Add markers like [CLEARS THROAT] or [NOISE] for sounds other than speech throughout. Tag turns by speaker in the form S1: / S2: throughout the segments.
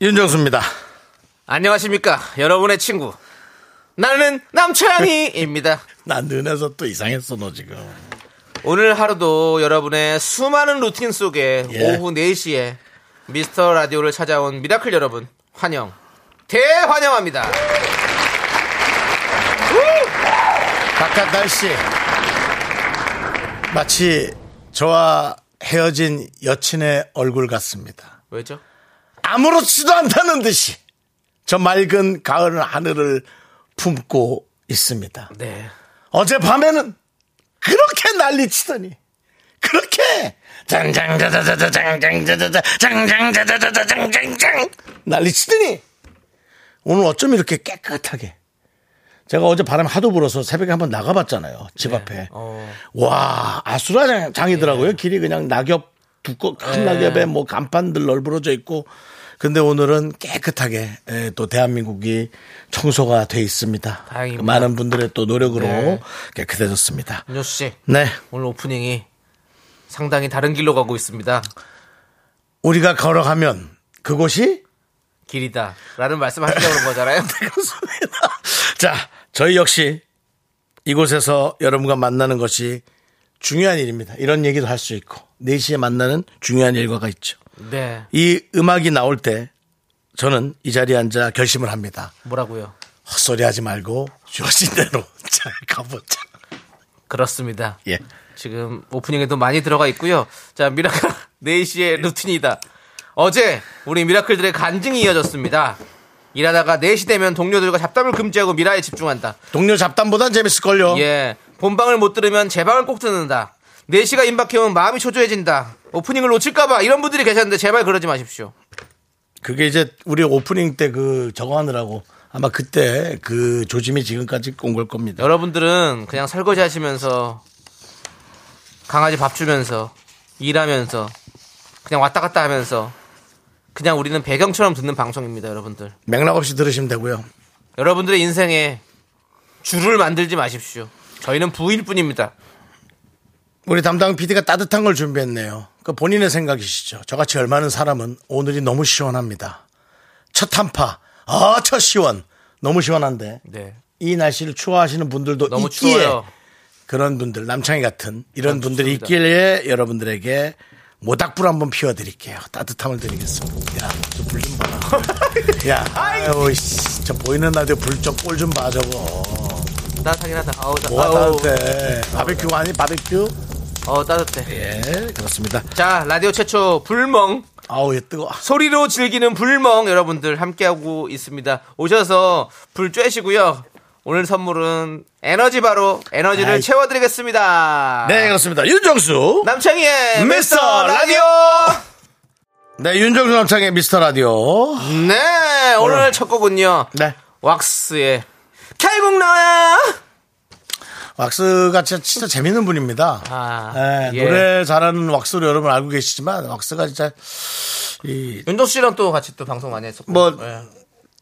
S1: 윤정수입니다.
S2: 안녕하십니까 여러분의 친구 나는
S1: [LAUGHS]
S2: 남창희입니다
S1: 나 눈에서 또 이상했어, 너 지금.
S2: 오늘 하루도 여러분의 수많은 루틴 속에
S1: 예.
S2: 오후 4시에 미스터 라디오를 찾아온 미라클 여러분 환영 대환영합니다
S1: 바깥 씨 마치 저와 헤어진 여친의 얼굴 같습니다.
S2: 왜죠?
S1: 아무렇지도 않다는 듯이 저 맑은 가을 하늘을 품고 있습니다.
S2: 네
S1: 어젯밤에는 그렇게 난리치더니 그렇게 장장자자자장장자자자장장자자자장장장 난리치더니 오늘 어쩜 이렇게 깨끗하게 제가 어제 바람 하도 불어서 새벽에 한번 나가봤잖아요 집 앞에
S2: 어. 예.
S1: 와 아수라장이더라고요 길이 그냥 낙엽 두꺼 큰 낙엽에 뭐 간판들 널브러져 있고 근데 오늘은 깨끗하게 예, 또 대한민국이 청소가 돼 있습니다
S2: 다행입니다.
S1: 많은 분들의 또 노력으로
S2: 네.
S1: 깨끗해졌습니다
S2: 윤정수씨
S1: 네
S2: 오늘 오프닝이 상당히 다른 길로 가고 있습니다
S1: 우리가 걸어가면 그곳이 [LAUGHS]
S2: 길이다 라는 말씀을 하시려고 그런 거잖아요
S1: 그렇습니다. 자, 저희 역시 이곳에서 여러분과 만나는 것이 중요한 일입니다. 이런 얘기도 할 수 있고 4시에 만나는 중요한 일과가 있죠.
S2: 네
S1: 이 음악이 나올 때 저는 이 자리에 앉아 결심을 합니다.
S2: 뭐라고요
S1: 헛소리 하지 말고 주어진 대로 [LAUGHS] 잘 가보자.
S2: 그렇습니다
S1: 예.
S2: 지금 오프닝에도 많이 들어가 있고요. 자, 미라클 [LAUGHS] 4시의 루틴이다. 어제 우리 미라클들의 간증이 이어졌습니다. 일하다가 4시 되면 동료들과 잡담을 금지하고 미라에 집중한다.
S1: 동료 잡담보단 재밌을걸요.
S2: 예. 본방을 못 들으면 제 방을 꼭 듣는다. 4시가 임박해오면 마음이 초조해진다. 오프닝을 놓칠까봐 이런 분들이 계셨는데 제발 그러지 마십시오.
S1: 그게 이제 우리 오프닝 때 그 저거 하느라고 아마 그때 그 조짐이 지금까지 온 걸 겁니다.
S2: 여러분들은 그냥 설거지 하시면서 강아지 밥 주면서 일하면서 그냥 왔다 갔다 하면서 그냥 우리는 배경처럼 듣는 방송입니다, 여러분들.
S1: 맥락 없이 들으시면 되고요.
S2: 여러분들의 인생에 줄을 만들지 마십시오. 저희는 부일 뿐입니다.
S1: 우리 담당 PD가 따뜻한 걸 준비했네요. 그 본인의 생각이시죠. 저같이 얼마나 사람은 오늘이 너무 시원합니다. 첫 한파, 아, 첫 시원. 너무 시원한데.
S2: 네.
S1: 이 날씨를 추워하시는 분들도
S2: 너무
S1: 있기에
S2: 추워요. 아,
S1: 그런 분들, 남창희 같은 이런 분들이
S2: 좋습니다.
S1: 있기에 여러분들에게 모닥불 한번 피워드릴게요. 따뜻함을 드리겠습니다. 야, 저 불 좀 봐라.
S2: [LAUGHS]
S1: 야, 아유, 씨, 저 보이는 라디오 불 좀 꼴 좀 봐, 저거.
S2: 따뜻하긴 하다. 아우, 따,
S1: 뭐가
S2: 아우,
S1: 따뜻해. 바베큐 아니, 바베큐?
S2: 어, 따뜻해.
S1: 예, 그렇습니다.
S2: 자, 라디오 최초 불멍.
S1: 아우, 얘 뜨거.
S2: 소리로 즐기는 불멍 여러분들 함께하고 있습니다. 오셔서 불 쬐시고요. 오늘 선물은 에너지 바로 에너지를
S1: 아이.
S2: 채워드리겠습니다.
S1: 네, 그렇습니다. 윤정수.
S2: 남창희의
S1: 미스터
S2: 미스터 라디오!
S1: 네, 윤정수 남창의 미스터 라디오.
S2: 네, 오늘 첫 곡은요.
S1: 네.
S2: 왁스의 결국 너야!
S1: 왁스가 진짜, 진짜 재밌는 분입니다.
S2: 아,
S1: 네,
S2: 예.
S1: 노래 잘하는 왁스를 여러분 알고 계시지만, 왁스가 진짜, 이,
S2: 윤정수 씨랑 또 같이 또 방송 많이 했었고.
S1: 뭐, 네.
S2: 예.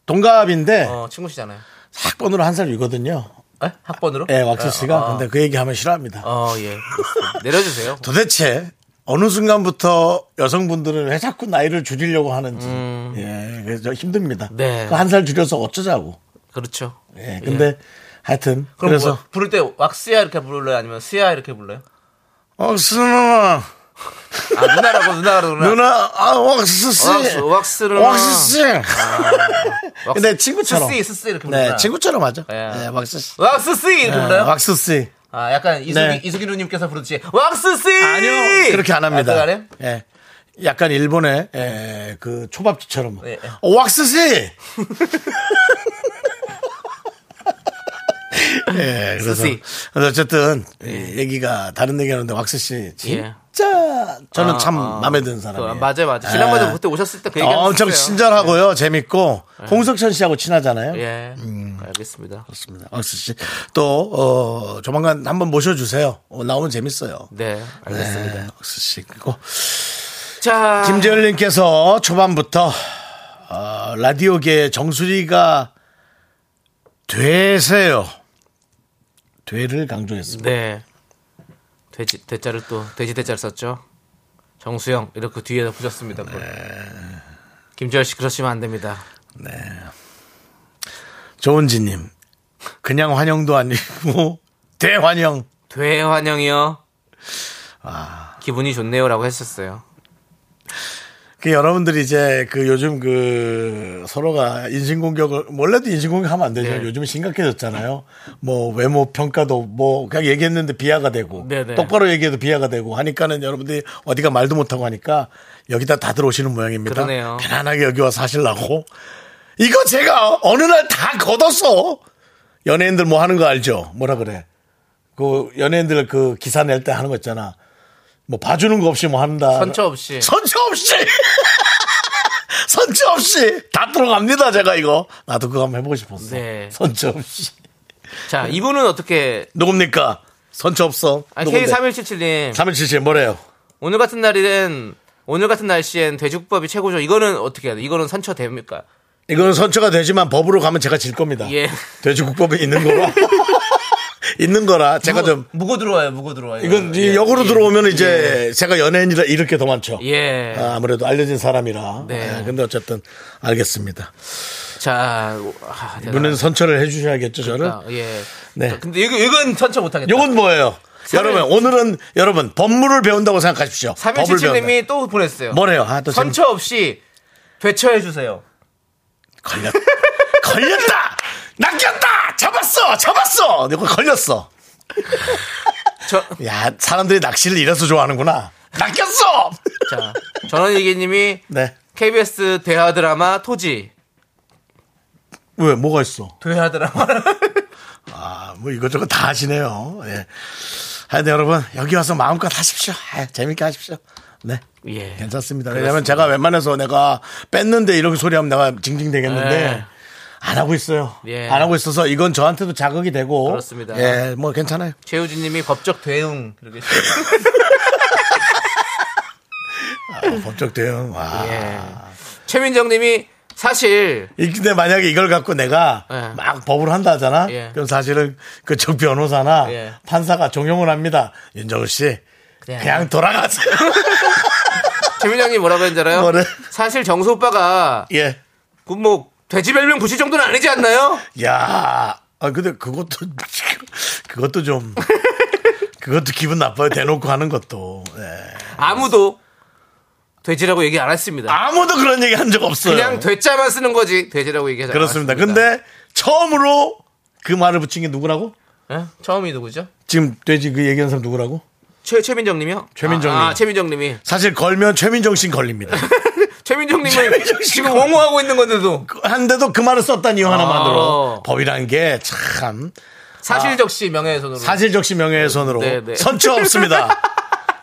S1: 동갑인데,
S2: 어, 친구시잖아요.
S1: 학번으로 한 살 위거든요.
S2: 에? 학번으로?
S1: 예, 왁스 씨가. 근데 그 얘기하면 싫어합니다.
S2: 어, 예. 내려주세요.
S1: 도대체, 어느 순간부터 여성분들은 왜 자꾸 나이를 줄이려고 하는지. 예, 그래서 힘듭니다.
S2: 네.
S1: 한 살 줄여서 어쩌자고.
S2: 그렇죠.
S1: 예, 근데 하여튼.
S2: 그럼
S1: 그래서.
S2: 뭐, 부를 때 왁스야 이렇게 불러요? 아니면 스야 이렇게 불러요?
S1: 어, 스누나.
S2: 아, 누나라고, 누나라고, 누나.
S1: 누나, 아, 왁스 씨.
S2: 왁스, 왁스를 아,
S1: 왁스 씨.
S2: 왁스.
S1: 근데 친구처럼.
S2: 스씨, 스씨 이렇게 불러요.
S1: 네, 친구처럼 하죠.
S2: 예.
S1: 네, 왁스 씨.
S2: 왁스 씨
S1: 네,
S2: 이렇게 불러요?
S1: 왁스 씨.
S2: 아, 약간 이수기,
S1: 네.
S2: 이수기 누님께서 부르듯이 왁스 씨!
S1: 아니요. 그렇게 안 합니다.
S2: 아, 그거 안 해요?
S1: 예. 약간 일본의 예, 그 초밥집처럼.
S2: 예, 예.
S1: 어, 왁스 씨.
S2: [LAUGHS]
S1: 예, 그래서
S2: 왁스 씨.
S1: 예, 근데 어쨌든 이 얘기가 다른 얘기하는데 왁스 씨 진짜
S2: 예.
S1: 진짜 저는
S2: 아,
S1: 참
S2: 아.
S1: 마음에 드는
S2: 또,
S1: 사람이에요.
S2: 맞아요, 맞아요.
S1: 예.
S2: 지난번에 그때 오셨을 때 그 얘기
S1: 어, 엄청 친절하고요, 재밌고 홍석천 씨하고 친하잖아요.
S2: 예.
S1: 음.
S2: 알겠습니다.
S1: 그렇습니다. 박수 씨. 또, 어, 조만간 한번 모셔주세요. 어, 나오면 재밌어요.
S2: 네, 알겠습니다.
S1: 네, 박수 씨. 그리고 네.
S2: 자,
S1: 김재열님께서 초반부터, 어, 라디오계의 정수리가 되세요. 되를 강조했습니다.
S2: 네. 돼지 대자를 또 돼지 대자를 썼죠. 정수영 이렇게 뒤에다 붙였습니다. 그걸.
S1: 네.
S2: 김재열 씨 그러시면 안 됩니다.
S1: 조은지님. 그냥 환영도 아니고, [LAUGHS] 대환영.
S2: 되환영이요.
S1: 아.
S2: 기분이 좋네요라고 했었어요.
S1: 그 여러분들이 이제 그 요즘 그 서로가 인신공격을 원래도 인신공격 하면 안 되죠.
S2: 네.
S1: 요즘 심각해졌잖아요. 뭐 외모 평가도 뭐 그냥 얘기했는데 비하가 되고
S2: 네, 네.
S1: 똑바로 얘기해도 비하가 되고 하니까는 여러분들이 어디가 말도 못하고 하니까 여기다 다들 오시는 모양입니다.
S2: 그러네요.
S1: 편안하게 여기 와서 하시려고 이거 제가 어느 날 다 걷었어. 연예인들 뭐 하는 거 알죠? 뭐라 그래? 그 연예인들 그 기사 낼 때 하는 거 있잖아. 뭐 봐주는 거 없이 뭐 한다.
S2: 선처 없이.
S1: 선처 없이 선처 없이 다 들어갑니다 제가 이거 나도 그거 한번 해보고 싶었어
S2: 네.
S1: 선처 없이
S2: 자, 이분은 어떻게
S1: 누굽니까 선처 없어
S2: 아니,
S1: 네. 누군데?
S2: K3177님
S1: 3177 뭐래요
S2: 오늘 같은 날이엔 오늘 같은 날씨엔 돼지국밥이 최고죠. 이거는 어떻게 해야 돼? 이거는 선처 됩니까?
S1: 이거는 선처가 되지만 법으로 가면 제가 질 겁니다
S2: 예.
S1: 돼지국법에 있는 거라
S2: [LAUGHS]
S1: 있는 거라 제가 좀
S2: 무고 들어와요. 무고 들어와요.
S1: 이건 이
S2: 예,
S1: 역으로
S2: 예.
S1: 들어오면 이제 제가 연예인이라 이렇게 더 많죠
S2: 예.
S1: 아, 아무래도 알려진 사람이라
S2: 네.
S1: 예, 근데 어쨌든 알겠습니다
S2: 자, 오, 아,
S1: 이분은 선처를 해주셔야겠죠 저를
S2: 대단하다. 예.
S1: 네.
S2: 자, 근데 이거 이건 선처 못 하겠다.
S1: 요건 뭐예요?
S2: 삼일-
S1: 여러분 오늘은 여러분 법무를 배운다고 생각하십시오. 법을 배운다.
S2: 3177님이 또 보냈어요.
S1: 뭐래요? 아, 또 재밌-
S2: 선처 없이 되처해 주세요.
S1: 걸렸 걸렸다 낚였다 잡았어 잡았어 이거 걸렸어.
S2: 저,
S1: 야 사람들이 낚시를 이래서 좋아하는구나. 낚였어.
S2: 자, 전원일기님이
S1: 네.
S2: KBS 대하 드라마 토지
S1: 왜 뭐가 있어?
S2: 대하 드라마
S1: 아, 뭐 이것저것 다 하시네요. 예. 하여튼 여러분 여기 와서 마음껏 하십시오. 아, 재밌게 하십시오. 네.
S2: [LAUGHS] 예.
S1: 괜찮습니다. 왜냐면 제가 웬만해서 내가 뺐는데 이렇게 소리하면 내가 징징대겠는데
S2: 예.
S1: 안 하고 있어요.
S2: 예.
S1: 안 하고 있어서 이건 저한테도 자극이 되고
S2: 그렇습니다.
S1: 예, 뭐 괜찮아요.
S2: 최우진님이 법적 대응 이렇게
S1: 아, 법적 대응. 와.
S2: 예. 최민정님이 사실
S1: 이- 근데 만약에 이걸 갖고 내가
S2: 예.
S1: 막 법으로 한다 하잖아.
S2: 예.
S1: 그럼 사실은 그쪽 변호사나
S2: 예.
S1: 판사가 종용을 합니다. 윤정우 씨
S2: 그냥-
S1: 그냥 돌아가세요. [LAUGHS]
S2: 최민정님 뭐라고 했는지 알아요?
S1: 뭐래?
S2: 사실 정수 오빠가
S1: 예.
S2: 그뭐 돼지 별명 부시 정도는 아니지 않나요?
S1: 야, 아 근데 그것도 [LAUGHS] 그것도
S2: [LAUGHS]
S1: 좀 그것도 기분 나빠요. 대놓고 하는 것도. 예.
S2: 아무도 돼지라고 얘기 안 했습니다.
S1: 아무도 그런 얘기 한 적 없어요.
S2: 그냥 돼자만 쓰는 거지 돼지라고 얘기하지
S1: 그렇습니다.
S2: 않았습니다.
S1: 근데 처음으로 그 말을 붙인 게 누구라고?
S2: 예? 처음이 누구죠?
S1: 지금 돼지 그 얘기한 사람 누구라고?
S2: 최 최민정님이요?
S1: 최민정님.
S2: 아, 아, 최민정님이.
S1: 사실 걸면 최민정 씨 걸립니다. [LAUGHS]
S2: 최민정님은
S1: 최민정 씨가-
S2: 지금 옹호하고 있는 건데도
S1: 그- 한데도 그 말을 썼다는 이유 하나만으로
S2: 아.
S1: 법이란 게 참
S2: 사실적시 명예훼손으로.
S1: 사실적시 명예훼손으로
S2: 네, 네.
S1: 선처
S2: [LAUGHS]
S1: 없습니다.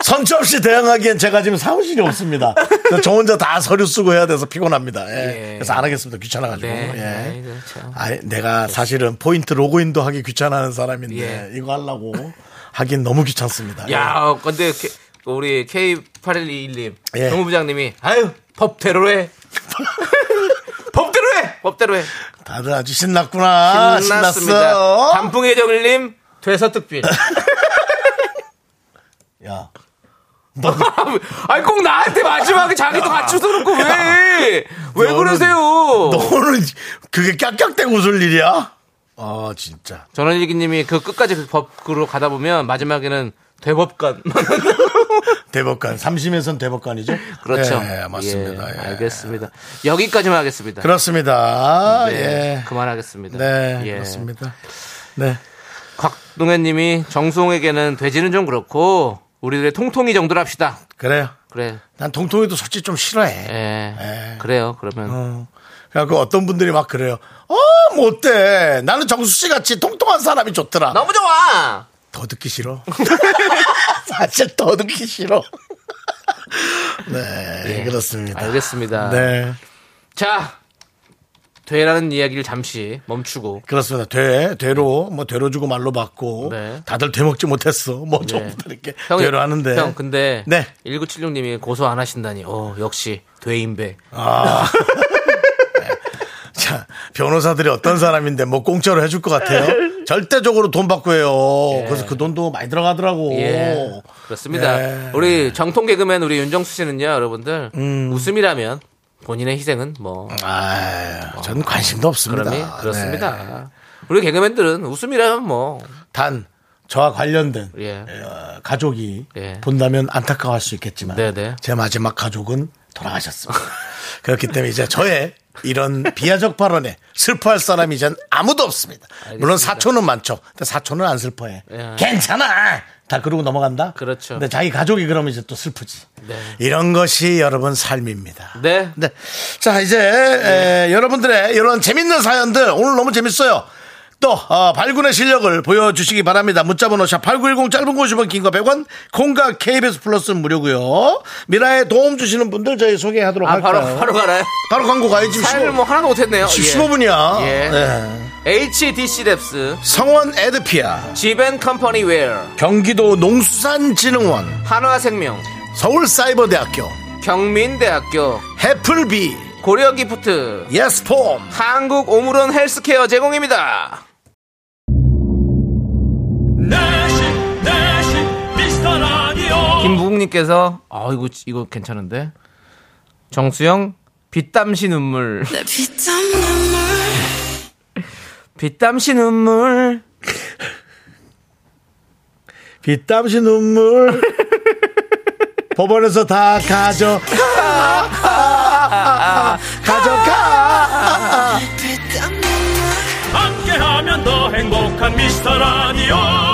S1: 선처 없이 대응하기엔 제가 지금 사무실이 없습니다. 그래서 저 혼자 다 서류 쓰고 해야 돼서 피곤합니다. 예.
S2: 예.
S1: 그래서 안 하겠습니다. 귀찮아가지고.
S2: 네.
S1: 예.
S2: 아이고, 참.
S1: 아, 내가 사실은 포인트 로그인도 하기 귀찮아하는 사람인데
S2: 예.
S1: 이거 하려고 하긴 너무 귀찮습니다.
S2: 야, 근데 K- 우리 K8121님,
S1: 예.
S2: 정부부장님이 아유
S1: [LAUGHS]
S2: 법대로 해. [LAUGHS] 법대로 해. 법대로 해.
S1: 예. 다들 아주 신났구나.
S2: 신났습니다.
S1: 신났어.
S2: 단풍의 정일님
S1: [LAUGHS]
S2: 돼서특필.
S1: 야.
S2: 아니 꼭 나한테 마지막에 자기도 같이 써놓고 왜? 왜
S1: 너는-
S2: 그러세요?
S1: 너는 그게 깍깍대고 웃을 일이야? 아, 진짜.
S2: 전원일기님이 그 끝까지 그 법으로 가다 보면 마지막에는
S1: [LAUGHS]
S2: 대법관.
S1: 대법관. 삼심에선 대법관이죠?
S2: 그렇죠.
S1: 예, 맞습니다.
S2: 예,
S1: 예.
S2: 알겠습니다. 여기까지만 하겠습니다.
S1: 그렇습니다.
S2: 네,
S1: 예.
S2: 그만하겠습니다.
S1: 네,
S2: 예.
S1: 그렇습니다. 네.
S2: 곽동현님이 정수홍에게는 돼지는 좀 그렇고 우리들의 통통이 정도로 합시다.
S1: 그래요.
S2: 그래,
S1: 난 통통이도 솔직히 좀 싫어해.
S2: 예,
S1: 예.
S2: 그래요. 그러면
S1: 어. 그래갖고 어떤 분들이 막 그래요. 어, 못돼. 나는 정수 씨 같이 통통한 사람이 좋더라.
S2: 너무
S1: [LAUGHS]
S2: 좋아.
S1: 아, 더 듣기 싫어. [LAUGHS] 사실 더 듣기 싫어. 네,
S2: 예.
S1: 그렇습니다.
S2: 알겠습니다.
S1: 네,
S2: 자, 되라는 이야기를 잠시 멈추고
S1: 그렇습니다. 되, 되로, 뭐, 되로 주고 말로 받고,
S2: 네.
S1: 다들 되먹지 못했어. 뭐, 전부터 이렇게 되로 하는데.
S2: 형 근데
S1: 네.
S2: 1976님이 고소 안 하신다니. 어, 역시 돼인배.
S1: 아. [LAUGHS] 자, 변호사들이 어떤 사람인데 뭐 공짜로 해줄 것 같아요? 절대적으로 돈 받고 해요. 그래서 그 돈도 많이 들어가더라고.
S2: 예. 그렇습니다.
S1: 예.
S2: 우리 정통 개그맨 우리 윤정수 씨는요, 여러분들. 웃음이라면 본인의 희생은 뭐
S1: 아, 저는 관심도 없습니다.
S2: 그러니
S1: 네.
S2: 그렇습니다. 우리 개그맨들은 웃음이라면 뭐
S1: 단 저와 관련된
S2: 예.
S1: 어, 가족이
S2: 예.
S1: 본다면 안타까워할 수 있겠지만
S2: 네네.
S1: 제 마지막 가족은 돌아가셨습니다. [LAUGHS] 그렇기 때문에 이제 저의 이런 비하적 발언에 슬퍼할 사람이 이젠 아무도 없습니다. 물론 사촌은 많죠. 근데 사촌은 안 슬퍼해.
S2: 예.
S1: 괜찮아. 다 그러고 넘어간다.
S2: 그렇죠.
S1: 근데 자기 가족이 그러면 이제 또 슬프지.
S2: 네.
S1: 이런 것이 여러분 삶입니다.
S2: 네.
S1: 네. 자, 이제 에, 여러분들의 이런 재밌는 사연들 오늘 너무 재밌어요. 또 어, 발군의 실력을 보여주시기 바랍니다. 문자번호 샵8910 짧은 거 50원 긴거 100원 콩과 KBS 플러스는 무료고요. 미라에 도움 주시는 분들 저희 소개하도록
S2: 아,
S1: 할까요?
S2: 바로
S1: [LAUGHS]
S2: 바로 가나요?
S1: 바로 광고 가야지.
S2: 사연을
S1: 15,
S2: 뭐 하나도 못했네요. 예.
S1: 15분이야. 네.
S2: 예. HDC 랩스,
S1: 성원 에드피아
S2: 지벤컴퍼니 웨어,
S1: 경기도 농수산진흥원
S2: 한화생명,
S1: 서울사이버대학교
S2: 경민대학교,
S1: 해플비
S2: 고려기프트,
S1: 예스폼
S2: 한국 오므론 헬스케어 제공입니다.
S3: 내시 내시 미스터 라디오
S2: 김부국님께서 아 이거 이거 괜찮은데 정수영 빗땀시 눈물
S4: 내 피땀 네, 눈물
S2: 빗땀시 눈물
S1: 빗땀시
S2: [LAUGHS]
S1: 눈물 법원에서 다 가져 가져가
S4: 피땀 눈물
S3: 함께하면 더 행복한 미스터 라디오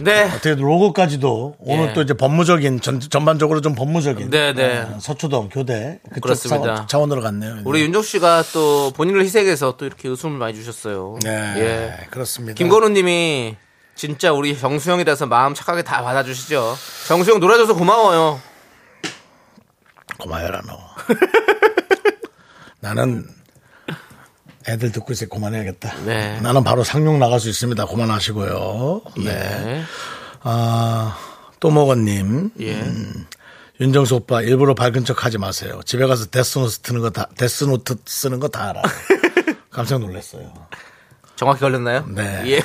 S2: 네
S1: 어떻게 로고까지도 오늘
S2: 예.
S1: 또 이제 법무적인 전, 전반적으로 좀 법무적인
S2: 네네.
S1: 어, 서초동 교대 그쪽
S2: 그렇습니다.
S1: 차원, 차원으로 갔네요
S2: 우리 윤종 씨가 또 본인을 희생해서 또 이렇게 웃음을 많이 주셨어요.
S1: 네
S2: 예.
S1: 그렇습니다
S2: 김건우님이 진짜 우리 정수영이라서 마음 착하게 다 받아주시죠. 정수영 놀아줘서 고마워요.
S1: 고마워라 너 나는 애들 듣고 이제 그만해야겠다
S2: 네.
S1: 나는 바로 상륙 나갈 수 있습니다 그만하시고요 네.
S2: 네.
S1: 아, 또먹었님.
S2: 예.
S1: 윤정수 오빠, 일부러 밝은 척 하지 마세요. 집에 가서 데스노트 쓰는 거 다, 데스노트 쓰는 거
S2: [LAUGHS]
S1: 다 알아요. 깜짝 놀랐어요.
S2: 정확히 걸렸나요?
S1: 네.
S2: 예.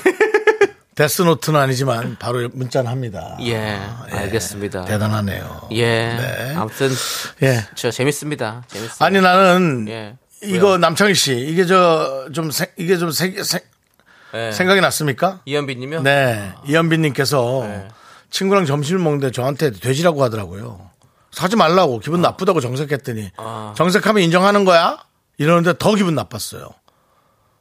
S2: [LAUGHS]
S1: 데스노트는 아니지만 바로 문자는 합니다.
S2: 예. 알겠습니다.
S1: 아, 대단하네요.
S2: 예.
S1: 네.
S2: 아무튼
S1: 예.
S2: 저 재밌습니다. 재밌습니다.
S1: 아니, 나는
S2: 예.
S1: 이거 남창희 씨, 이게 저, 좀, 생- 이게 좀 생, 생,
S2: 예.
S1: 생각이 났습니까?
S2: 이현빈님요?
S1: 네. 이현빈님께서 친구랑 점심을 먹는데 저한테 돼지라고 하더라고요. 사지 말라고 기분 나쁘다고 정색했더니 정색하면 인정하는 거야? 이러는데 더 기분 나빴어요.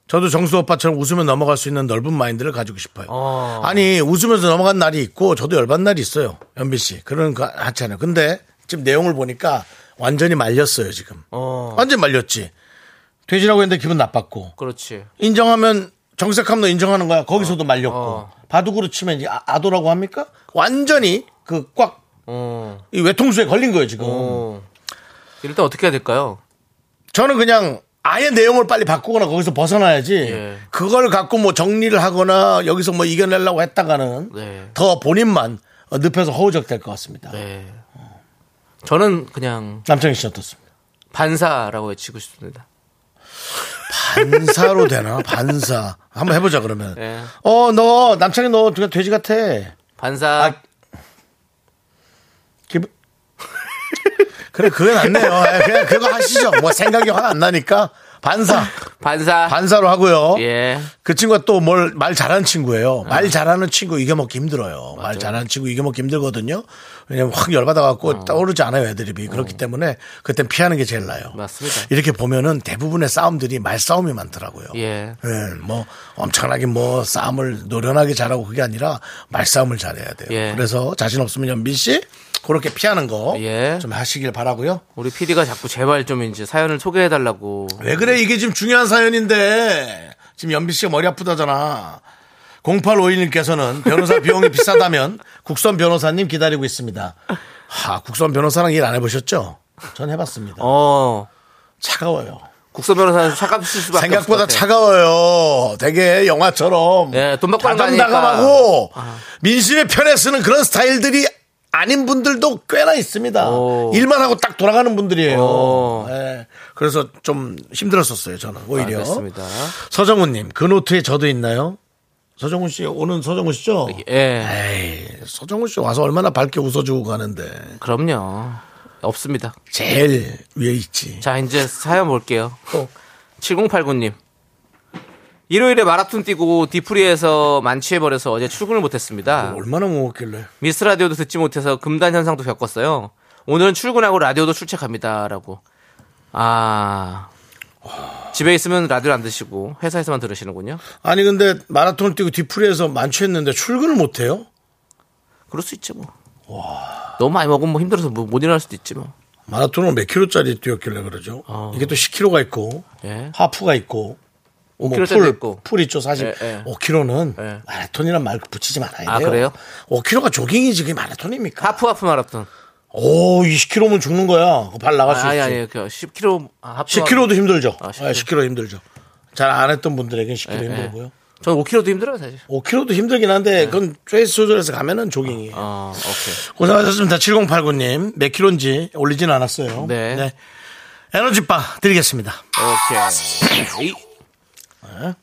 S1: 저도 정수 오빠처럼 웃으면 넘어갈 수 있는 넓은 마인드를 가지고 싶어요.
S2: 어.
S1: 아니 웃으면서 넘어간 날이 있고 저도 열받은 날이 있어요. 연빈 씨 그런 거 하잖아요. 근데 지금 내용을 보니까 완전히 말렸어요 지금.
S2: 어.
S1: 완전 말렸지. 돼지라고 했는데 기분 나빴고
S2: 그렇지.
S1: 인정하면 정색하면 너 인정하는 거야. 거기서도 말렸고
S2: 어.
S1: 바둑으로 치면 이제 아, 도라고 합니까? 완전히 그 꽉 이 음.
S2: 어.
S1: 외통수에 걸린 거예요 지금.
S2: 어. 이럴 때 어떻게 해야 될까요?
S1: 저는 그냥 아예 내용을 빨리 바꾸거나 거기서 벗어나야지.
S2: 예.
S1: 그걸 갖고 뭐 정리를 하거나 여기서 뭐 이겨내려고 했다가는
S2: 네.
S1: 더 본인만 어, 늪에서 허우적 될 것 같습니다.
S2: 네. 저는 그냥
S1: 남창희 씨 어떻습니까?
S2: 반사라고 외치고 싶습니다.
S1: 반사로 되나? 반사. 한번 해보자 그러면.
S2: 예.
S1: 어, 너 남창희 너 그냥 돼지 같아.
S2: 반사.
S1: 아, 기분. [LAUGHS] 그래, 그게 낫네요. 예, 그냥 그거 하시죠. 뭐 생각이 화가 안 나니까. 반사.
S2: 반사.
S1: 반사로 하고요.
S2: 예.
S1: 그 친구가 또 뭘 말 잘하는 친구예요.
S2: 네.
S1: 말 잘하는 친구 이겨먹기 힘들어요. 말 잘하는 친구 이겨먹기 힘들거든요. 왜냐면 확 열받아갖고
S2: 어.
S1: 떠오르지 않아요, 애드립이. 그렇기 때문에 그땐 피하는 게 제일 나아요.
S2: 맞습니다.
S1: 이렇게 보면은 대부분의 싸움들이 말싸움이 많더라고요.
S2: 예.
S1: 예, 뭐 엄청나게 뭐 싸움을 노련하게 잘하고 그게 아니라 말싸움을 잘해야 돼요.
S2: 예.
S1: 그래서 자신 없으면 연빈 씨 그렇게 피하는 거 좀
S2: 예.
S1: 하시길 바라고요.
S2: 우리 PD가 자꾸 제발 좀 이제 사연을 소개해달라고.
S1: 왜 그래 이게 지금 중요한 사연인데 지금 연빈 씨가 머리 아프다잖아. 0851님께서는 변호사
S2: [LAUGHS]
S1: 비용이 비싸다면 국선 변호사님 기다리고 있습니다. 하, 국선 변호사랑 일 안 해보셨죠? 전 해봤습니다.
S2: 어.
S1: 차가워요.
S2: 국선 변호사는 차갑실 수밖에
S1: 생각보다
S2: 없을 것 같아요.
S1: 차가워요. 되게 영화처럼.
S2: 예, 돈 받고 하는 거 아니니까.
S1: 다담다감하고 민심의 편에 쓰는 그런 스타일들이 아닌 분들도 꽤나 있습니다.
S2: 오.
S1: 일만 하고 딱 돌아가는 분들이에요.
S2: 오.
S1: 예, 그래서 좀 힘들었었어요, 저는. 오히려.
S2: 알겠습니다.
S1: 서정훈님, 그 노트에 저도 있나요? 서정훈 씨, 오는 서정훈 씨죠?
S2: 예.
S1: 에이, 서정훈 씨 와서 얼마나 밝게 웃어주고 가는데.
S2: 그럼요. 없습니다.
S1: 제일 위에 있지.
S2: 자, 이제 사연 볼게요.
S1: 어.
S2: 7089님. 일요일에 마라톤 뛰고 디프리에서 만취해버려서 어제 출근을 못했습니다.
S1: 얼마나 못 먹길래.
S2: 미스 라디오도 듣지 못해서 금단 현상도 겪었어요. 오늘은 출근하고 라디오도 출첵합니다라고. 아 집에 있으면 라디오 안 듣시고 회사에서만 들으시는군요.
S1: 아니 근데 마라톤 뛰고 뒤풀이에서 만취했는데 출근을 못 해요?
S2: 그럴 수 있지 뭐. 너무 많이 먹으면 뭐 힘들어서 뭐못 일어날 수도 있지 뭐.
S1: 마라톤은 몇 킬로짜리 뛰었길래 그러죠? 이게 또 10킬로가 있고
S2: 예.
S1: 하프가 있고 뭐
S2: 5kg 짜리
S1: 풀,
S2: 있고.
S1: 풀 있죠 사실
S2: 예, 예.
S1: 5킬로는
S2: 예.
S1: 마라톤이란 말 붙이지 말아야 돼요.
S2: 아, 그래요?
S1: 5킬로가 조깅이지 그게 마라톤입니까?
S2: 하프 하프 마라톤온.
S1: 오 20킬로면 죽는 거야. 그거 발 나갈 수
S2: 아니
S1: 있지.
S2: 아니 그 10kg 아, 하프.
S1: 10킬로도 힘들죠.
S2: 아, 10kg.
S1: 10kg. 힘들죠. 잘 안 했던 분들에게는 10킬로
S2: 예,
S1: 힘들고요.
S2: 전 5kg도 힘들어요 사실.
S1: 5킬로도 힘들긴 한데 그건 페이스 조절해서 가면은 조깅이에요.
S2: 어 오케이.
S1: 고생하셨습니다. 7089님. 몇 킬로인지 올리진 않았어요.
S2: 네.
S1: 에너지바 드리겠습니다.
S2: 오케이. 이-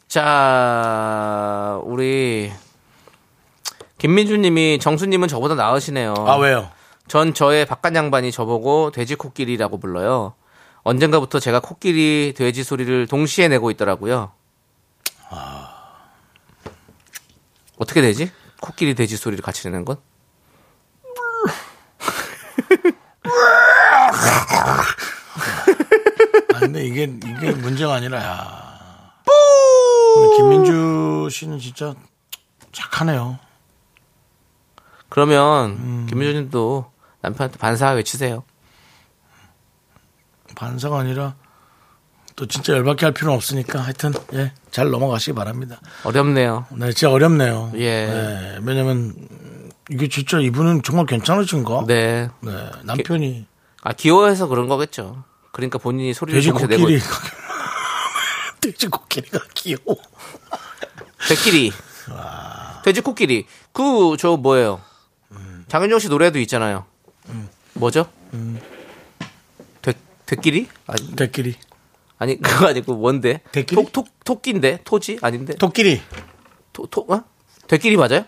S2: 자 우리 김민주님이 정수님은 저보다 나으시네요.
S1: 아, 왜요?
S2: 전 저의 바깥 양반이 저보고 돼지 코끼리라고 불러요. 언젠가부터 제가 코끼리, 돼지 소리를 동시에 내고 있더라고요. 아. 어떻게 되지? 코끼리, 돼지 소리를 같이 내는 건?
S1: 아, 근데 이게, 이게 문제가 아니라, 야. 근데 김민주 씨는 진짜 착하네요.
S2: 그러면 김효준님도 남편한테 반사 외치세요.
S1: 반사가 아니라, 또 진짜 열받게 할 필요는 없으니까 하여튼, 예, 잘 넘어가시기 바랍니다.
S2: 어렵네요.
S1: 네, 진짜 어렵네요.
S2: 예.
S1: 네, 왜냐면, 이게 진짜 이분은 정말 괜찮으신가?
S2: 네.
S1: 네, 남편이
S2: 아 귀여워해서 그런 거겠죠. 그러니까 본인이 소리를
S1: 돼지
S2: 동시에 내고
S1: 코끼리. [LAUGHS] 돼지 코끼리가 귀여워.
S2: 돼끼리.
S1: 아.
S2: 돼지 코끼리. 그 저 뭐예요?
S1: 음.
S2: 장윤정 씨 노래도 있잖아요. 뭐죠? 돼 돼끼리? 아니,
S1: 대끼리.
S2: 아니 그거 아니고 뭔데?
S1: 돼끼리?
S2: 톡, 톡, 토끼인데 토지 아닌데?
S1: 토끼리.
S2: 토, 토, 어? 돼끼리 맞아요?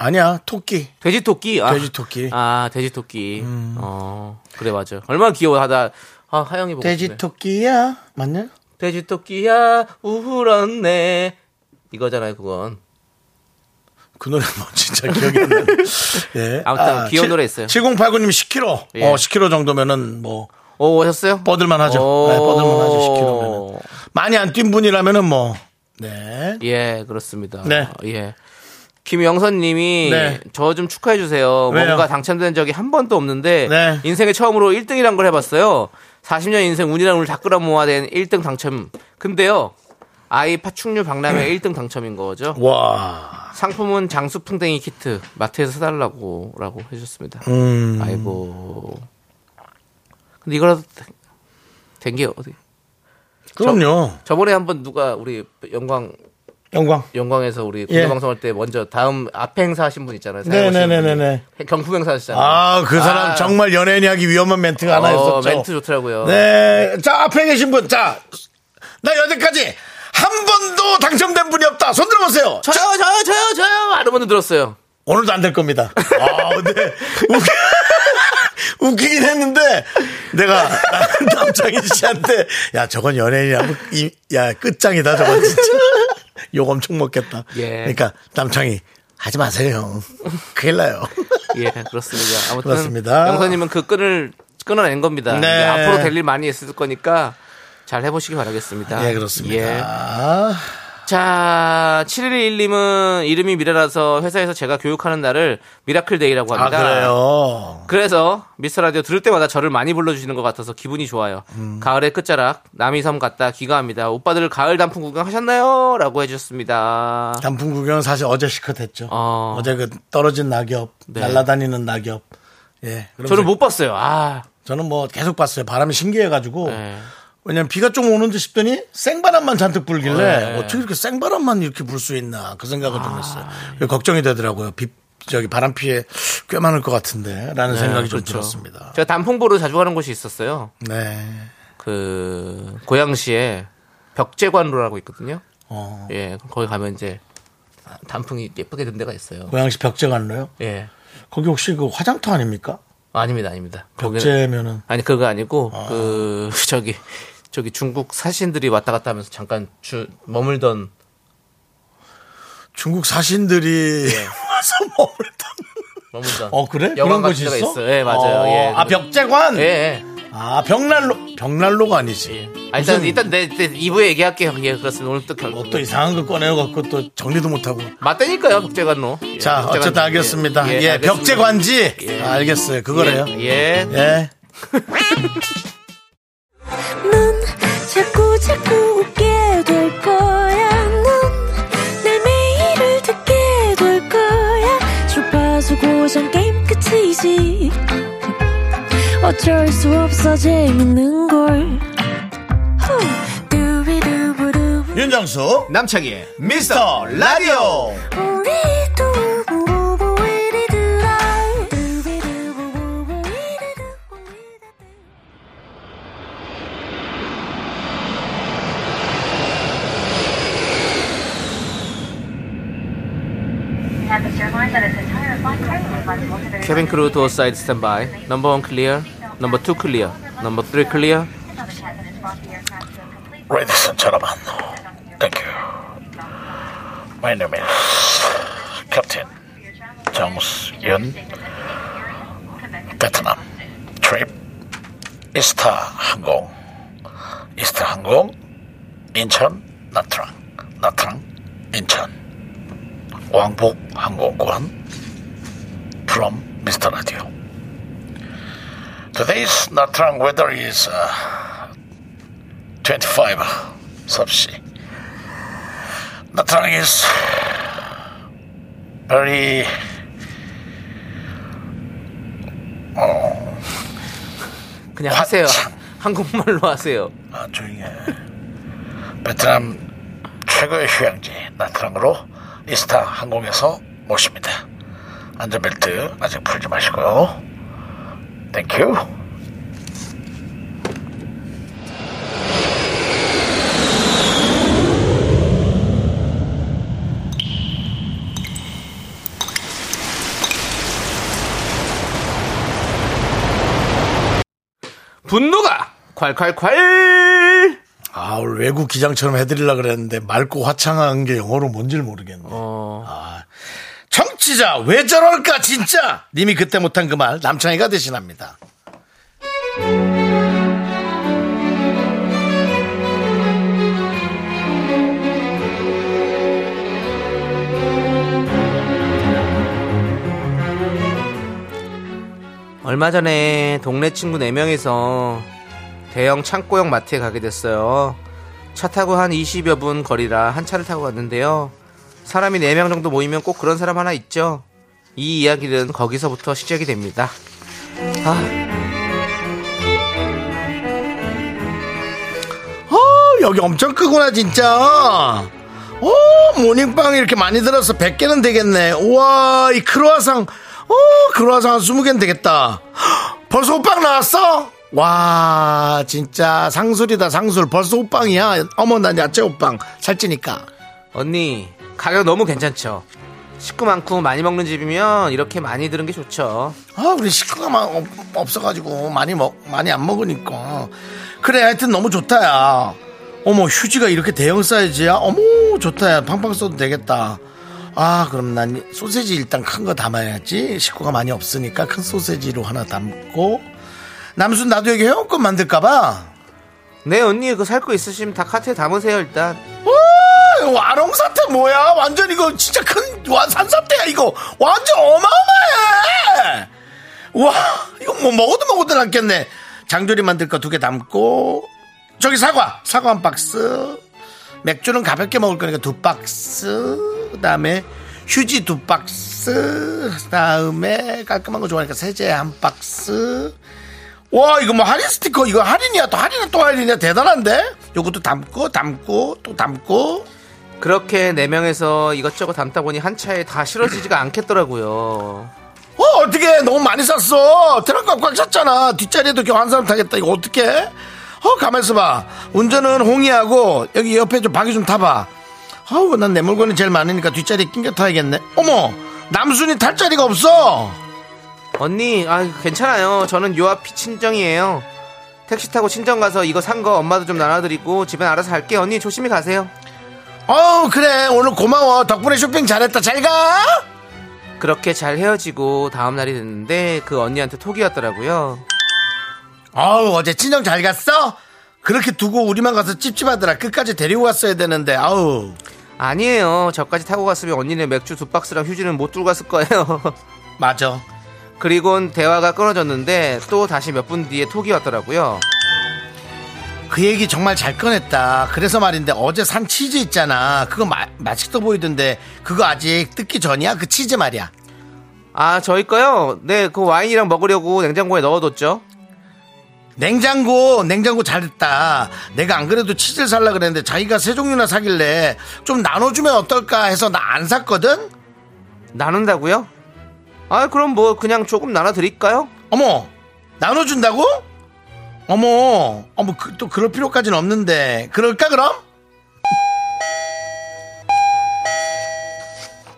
S1: 아니야, 토끼.
S2: 돼지 토끼. 아,
S1: 돼지 토끼. 음.
S2: 아 돼지 토끼. 어 그래 맞아요. 얼마나 귀여워하다. 아 하영이 보고
S1: 돼지
S2: 싶네.
S1: 토끼야. 맞냐?
S2: 돼지 토끼야 울었네. 이거잖아요 그건.
S1: 그 노래 뭐
S2: [LAUGHS]
S1: 진짜 기억이 안 나. 예.
S2: 아무튼 귀여운 노래 있어요.
S1: 7089님 10kg.
S2: 예.
S1: 어, 10kg 정도면은 뭐
S2: 오 오셨어요?
S1: 뻗을만 하죠.
S2: 오.
S1: 네, 뻗을만 하죠. 10kg면. 많이 안 뛴 분이라면은 뭐 네.
S2: 예, 그렇습니다.
S1: 네.
S2: 예. 김영선님이
S1: 네.
S2: 저 좀 축하해 주세요.
S1: 왜요?
S2: 뭔가 당첨된 적이 한 번도 없는데
S1: 네.
S2: 인생에 처음으로 1등이란 걸 해봤어요. 40년 인생 운이랑 운을 다 끌어 모아낸 1등 당첨. 근데요. 아이 파충류
S1: [CLEARS THROAT]
S2: 박람회 1등 당첨인 거죠.
S1: 와.
S2: 상품은 장수 풍뎅이 키트 마트에서 사달라고 라고 해주셨습니다.
S1: 음.
S2: 아이고. 근데 이거라도 된게 어디?
S1: 그럼요.
S2: 저번에 한번 누가 우리 영광
S1: 영광.
S2: 영광에서 우리 공개
S1: 예.
S2: 방송할 때 먼저 다음 앞에 행사 하신 분 있잖아요.
S1: 네네네네네.
S2: 경품 행사 하시잖아요.
S1: 아, 그 사람
S2: 아.
S1: 정말 연예인이 하기 위험한 멘트가 하나
S2: 어,
S1: 있었죠.
S2: 멘트 좋더라고요.
S1: 네. 자, 앞에 계신 분. 자, 나 여태까지 한 번도 당첨된 분이 없다. 손 들어보세요.
S2: 저요 저요 저요 저요 아르몬드 들었어요.
S1: 오늘도 안 될 겁니다. 아, 근데 [LAUGHS] 웃기, 긴 했는데 내가 남창희 씨한테 야, 저건 연예인이라고 이- 야, 끝장이다. 저건 진짜. 욕 엄청 먹겠다.
S2: 예.
S1: 그러니까 남창희 하지 마세요. 큰일 나요.
S2: 예 그렇습니다. 아무튼
S1: 그렇습니다.
S2: 영선님은 그 끈을 끊어낸 겁니다.
S1: 네.
S2: 이제 아, 앞으로 될 일 많이 있을 거니까 잘 해보시기 바라겠습니다. 예.
S1: 예, 그렇습니다.
S2: 자, 7121님은 이름이 미라라서 회사에서 제가 교육하는 날을 미라클 데이라고
S1: 아,
S2: 합니다.
S1: 그래요.
S2: 그래서 미스터 라디오 들을 때마다 저를 많이 불러주시는 것 같아서 기분이 좋아요.
S1: 음.
S2: 가을의 끝자락 남이섬 갔다 귀가합니다. 오빠들 가을 단풍 구경하셨나요? 라고 해주셨습니다.
S1: 단풍 구경은 사실 어제 시컷 했죠.
S2: 어.
S1: 어. 제그 떨어진 낙엽,
S2: 네.
S1: 날아다니는 낙엽. 예. 그러면서
S2: 저는 못 봤어요. 아,
S1: 저는 뭐 계속 봤어요. 바람이 신기해가지고.
S2: 네.
S1: 왜냐면 비가 좀 오는 듯 싶더니 생바람만 잔뜩 불길래
S2: 네. 아,
S1: 어떻게 이렇게 생바람만 이렇게 불 수 있나 그 생각을 좀 했어요.
S2: 예.
S1: 걱정이 되더라고요. 비, 저기 바람 피해 꽤 많을 것 같은데 라는 생각이 좀
S2: 그렇죠.
S1: 들었습니다.
S2: 제가 단풍 보러 자주 가는 곳이 있었어요.
S1: 네.
S2: 그 고양시에 벽제관로라고 있거든요.
S1: 어.
S2: 예, 거기 가면 이제 단풍이 예쁘게 된 데가 있어요.
S1: 고양시 벽제관로요?
S2: 예, 어,
S1: 거기 혹시 그 화장터 아닙니까?
S2: 아닙니다, 아닙니다. 거기는-
S1: 벽제면은
S2: 아니 그거 아니고 그 [LAUGHS] 저기 저기 중국 사신들이 왔다 갔다 하면서 잠깐 주, 머물던
S1: 중국 사신들이
S2: 예.
S1: [LAUGHS] 와서 머물던.
S2: 머물던
S1: 어 그래?
S2: 여관
S1: 그런 곳이
S2: 같은 데가
S1: 있어?
S2: 예, 맞아요.
S1: 어,
S2: 예.
S1: 아 벽제관?
S2: 예, 예.
S1: 아 벽난로 벽난로가 아니지.
S2: 예. 아, 일단 일단 내, 내 2부에 얘기할게요. 예, 그렇습니다. 오늘 또 결국
S1: 뭐또 이상한 거 꺼내요 갖고 또 정리도 못 하고.
S2: 맞다니까요, 벽제관로. 예,
S1: 자
S2: 벽제관로.
S1: 어쨌든 알겠습니다. 예,
S2: 알겠습니다.
S1: 벽제관지 아, 알겠어요. 그거래요.
S2: 예,
S1: 예.
S2: 예.
S5: 넌 자꾸 자꾸 웃게 될 거야. 넌내 매일을 듣게 될 거야. 주파수 고정 게임 끝이지. 어쩔 수 없어 재밌는 걸. 후. 두비두부두부.
S1: 윤정수
S2: 남창희의
S1: 미스터 라디오.
S5: 우리 두부부부 이리들아. 두비두부부부 이리두부 이리들.
S2: 캐빈 크루 도어 사이드 스탠바이. 넘버 원 클리어, 넘버 투 클리어, 넘버 쓰리 클리어.
S1: Ladies and gentlemen, thank you. My name is Captain 정수연 베트남 트립 이스타 항공 이스타 항공 인천 나트랑 나트랑 인천 왕복 항공권 from Mr. Radio. Today's Natrang weather is uh, 25 섭씨 나타나기 is very
S2: 그냥
S1: 아,
S2: 하세요.
S1: 화창.
S2: 한국말로 하세요.
S1: 아, 조용히 해 베트남 최고의 휴양지 나트랑으로 이스타 항공에서 모십니다 안전벨트 아직 풀지 마시고요 땡큐
S2: 분노가 콸콸콸.
S1: 아 오늘 외국 기장처럼 해드리려 그랬는데 맑고 화창한 게 영어로 뭔지를 모르겠네
S2: 어.
S1: 정치자 왜 저럴까 진짜 님이 그때 못한 그 말 남창희가 대신합니다
S2: 얼마 전에 동네 친구 4명이서 대형 창고형 마트에 가게 됐어요. 차 타고 한 20여 분 거리라 한 차를 타고 갔는데요. 사람이 4명 정도 모이면 꼭 그런 사람 하나 있죠. 이 이야기는 거기서부터 시작이 됩니다. 아.
S1: 어, 여기 엄청 크구나 진짜. 어, 모닝빵 이렇게 많이 들어서 100개는 되겠네. 우와, 이 크로아상. 어, 크로아상 한 20개는 되겠다. 벌써 호빵 나왔어? 와, 진짜 상술이다, 상술. 벌써 호빵이야. 어머, 난 야채 호빵. 살찌니까.
S2: 언니 가격 너무 괜찮죠 식구 많고 많이 먹는 집이면 이렇게 많이 드는 게 좋죠
S1: 아, 우리 식구가 막 없- 없어가지고 많이 먹 많이 안 먹으니까 그래 하여튼 너무 좋다야. 어머 휴지가 이렇게 대형 사이즈야. 어머 좋다야. 팡팡 써도 되겠다. 아 그럼 난 소세지 일단 큰 거 담아야지. 식구가 많이 없으니까 큰 소세지로 하나 담고 남순 나도 여기 회원권 만들까봐.
S2: 네 언니 그거 살 거 있으시면 다 카트에 담으세요 일단
S1: 아, 와롱사태 뭐야? 완전 이거 진짜 큰 와- 산사태야 이거. 완전 어마어마해. 와 이거 뭐 먹어도 먹어도 남겠네. 장조림 만들 거 두 개 담고 저기 사과 사과 한 박스 맥주는 가볍게 먹을 거니까 두 박스 그다음에 휴지 두 박스 그다음에 깔끔한 거 좋아하니까 세제 한 박스 와 이거 뭐 할인 스티커 이거 할인이야 또 할인은 또 할인이야 대단한데 요것도 담고 담고 또 담고
S2: 그렇게 네 명에서 이것저것 담다 보니 한 차에 다 실어지지가 않겠더라고요.
S1: 어 어떻게 너무 많이 샀어 트렁크가 꽉 찼잖아 뒷자리에도 겨우 한 사람 타겠다 이거 어떻게 어 가만있어 봐 운전은 홍이하고 여기 옆에 좀 바퀴 좀 타봐 아우 난 내 물건이 제일 많으니까 뒷자리에 낑겨 타야겠네 어머 남순이 탈 자리가 없어
S2: 언니, 아 괜찮아요. 저는 요 앞이 친정이에요. 택시 타고 친정 가서 이거 산 거 엄마도 좀 나눠드리고 집엔 알아서 할게. 언니 조심히 가세요.
S1: 어우 그래 오늘 고마워 덕분에 쇼핑 잘했다 잘가
S2: 그렇게 잘 헤어지고 다음 날이 됐는데 그 언니한테 톡이 왔더라고요.
S1: 아우 어제 친정 잘 갔어? 그렇게 두고 우리만 가서 찝찝하더라 끝까지 데리고 갔어야 되는데 아우
S2: 아니에요. 저까지 타고 갔으면 언니는 맥주 두 박스랑 휴지는 못 들고 갔을 거예요. [LAUGHS]
S1: 맞아
S2: 그리곤 대화가 끊어졌는데 또 다시 몇 분 뒤에 톡이 왔더라고요.
S1: 그 얘기 정말 잘 꺼냈다 그래서 말인데 어제 산 치즈 있잖아 그거 마, 맛있어 보이던데 그거 아직 뜯기 전이야? 그 치즈 말이야
S2: 아, 저희 거요? 네, 그 와인이랑 먹으려고 냉장고에 넣어뒀죠.
S1: 냉장고 냉장고 잘했다 내가 안 그래도 치즈를 살라 그랬는데 자기가 세 종류나 사길래 좀 나눠주면 어떨까 해서 나 안 샀거든?
S2: 나눈다고요? 아, 그럼 뭐 그냥 조금 나눠드릴까요?
S1: 어머 나눠준다고? 어머 어머 그, 또 그럴 필요까지는 없는데 그럴까 그럼?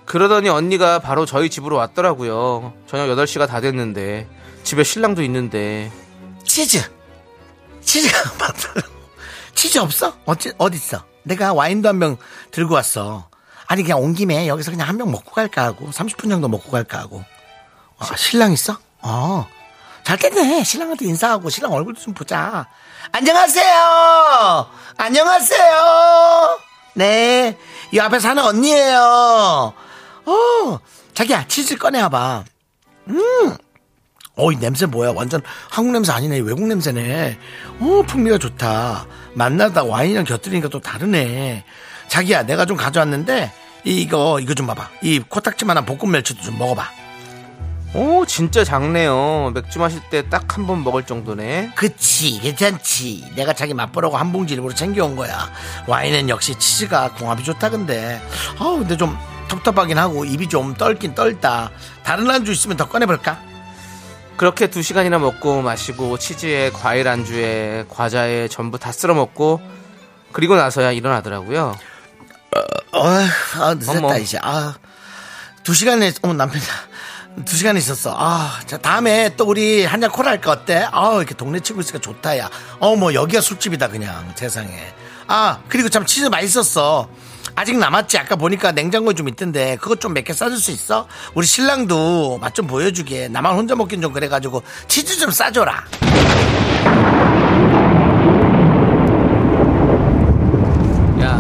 S2: 그러더니 언니가 바로 저희 집으로 왔더라고요. 저녁 8시가 다 됐는데 집에 신랑도 있는데
S1: 치즈. 치즈가 [LAUGHS] 맞다. 치즈 없어? 어찌, 어딨어? 내가 와인도 한 병 들고 왔어. 아니, 그냥 온 김에 여기서 그냥 한 병 먹고 갈까 하고, 30분 정도 먹고 갈까 하고. 아, 신랑 있어? 어. 잘 됐네. 신랑한테 인사하고, 신랑 얼굴도 좀 보자. 안녕하세요! 안녕하세요! 네. 이 앞에 사는 언니예요. 어, 자기야, 치즈 꺼내와봐. 어이 냄새 뭐야 완전 한국 냄새 아니네 외국 냄새네 어 풍미가 좋다 만나다 와인이랑 곁들이니까 또 다르네 자기야 내가 좀 가져왔는데 이거 이거 좀 봐봐 이 코딱지만한 볶음 멸치도 좀 먹어봐
S2: 오, 진짜 작네요. 맥주 마실 때 딱 한 번 먹을 정도네.
S1: 그치 괜찮지 내가 자기 맛보라고 한 봉지 일부러 챙겨온 거야 와인은 역시 치즈가 궁합이 좋다 근데 어 근데 좀 텁텁하긴 하고 입이 좀 떨긴 떨다 다른 안주 있으면 더 꺼내볼까
S2: 그렇게 두 시간이나 먹고 마시고 치즈에 과일 안주에 과자에 전부 다 쓸어 먹고 그리고 나서야 일어나더라고요.
S1: 어휴, 아, 늦었다,
S2: 어머.
S1: 이제. 아, 두 시간에, 어머, 남편, 두 시간에 있었어. 아, 자, 다음에 또 우리 한잔 콜 할까 어때? 아 이렇게 동네 친구 있으니까 좋다, 야. 어머, 여기가 술집이다, 그냥, 세상에. 아, 그리고 참 치즈 맛있었어. 아직 남았지? 아까 보니까 냉장고에 좀 있던데, 그것 좀 몇 개 싸줄 수 있어? 우리 신랑도 맛 좀 보여주게. 나만 혼자 먹긴 좀 그래가지고, 치즈 좀 싸줘라.
S2: 야,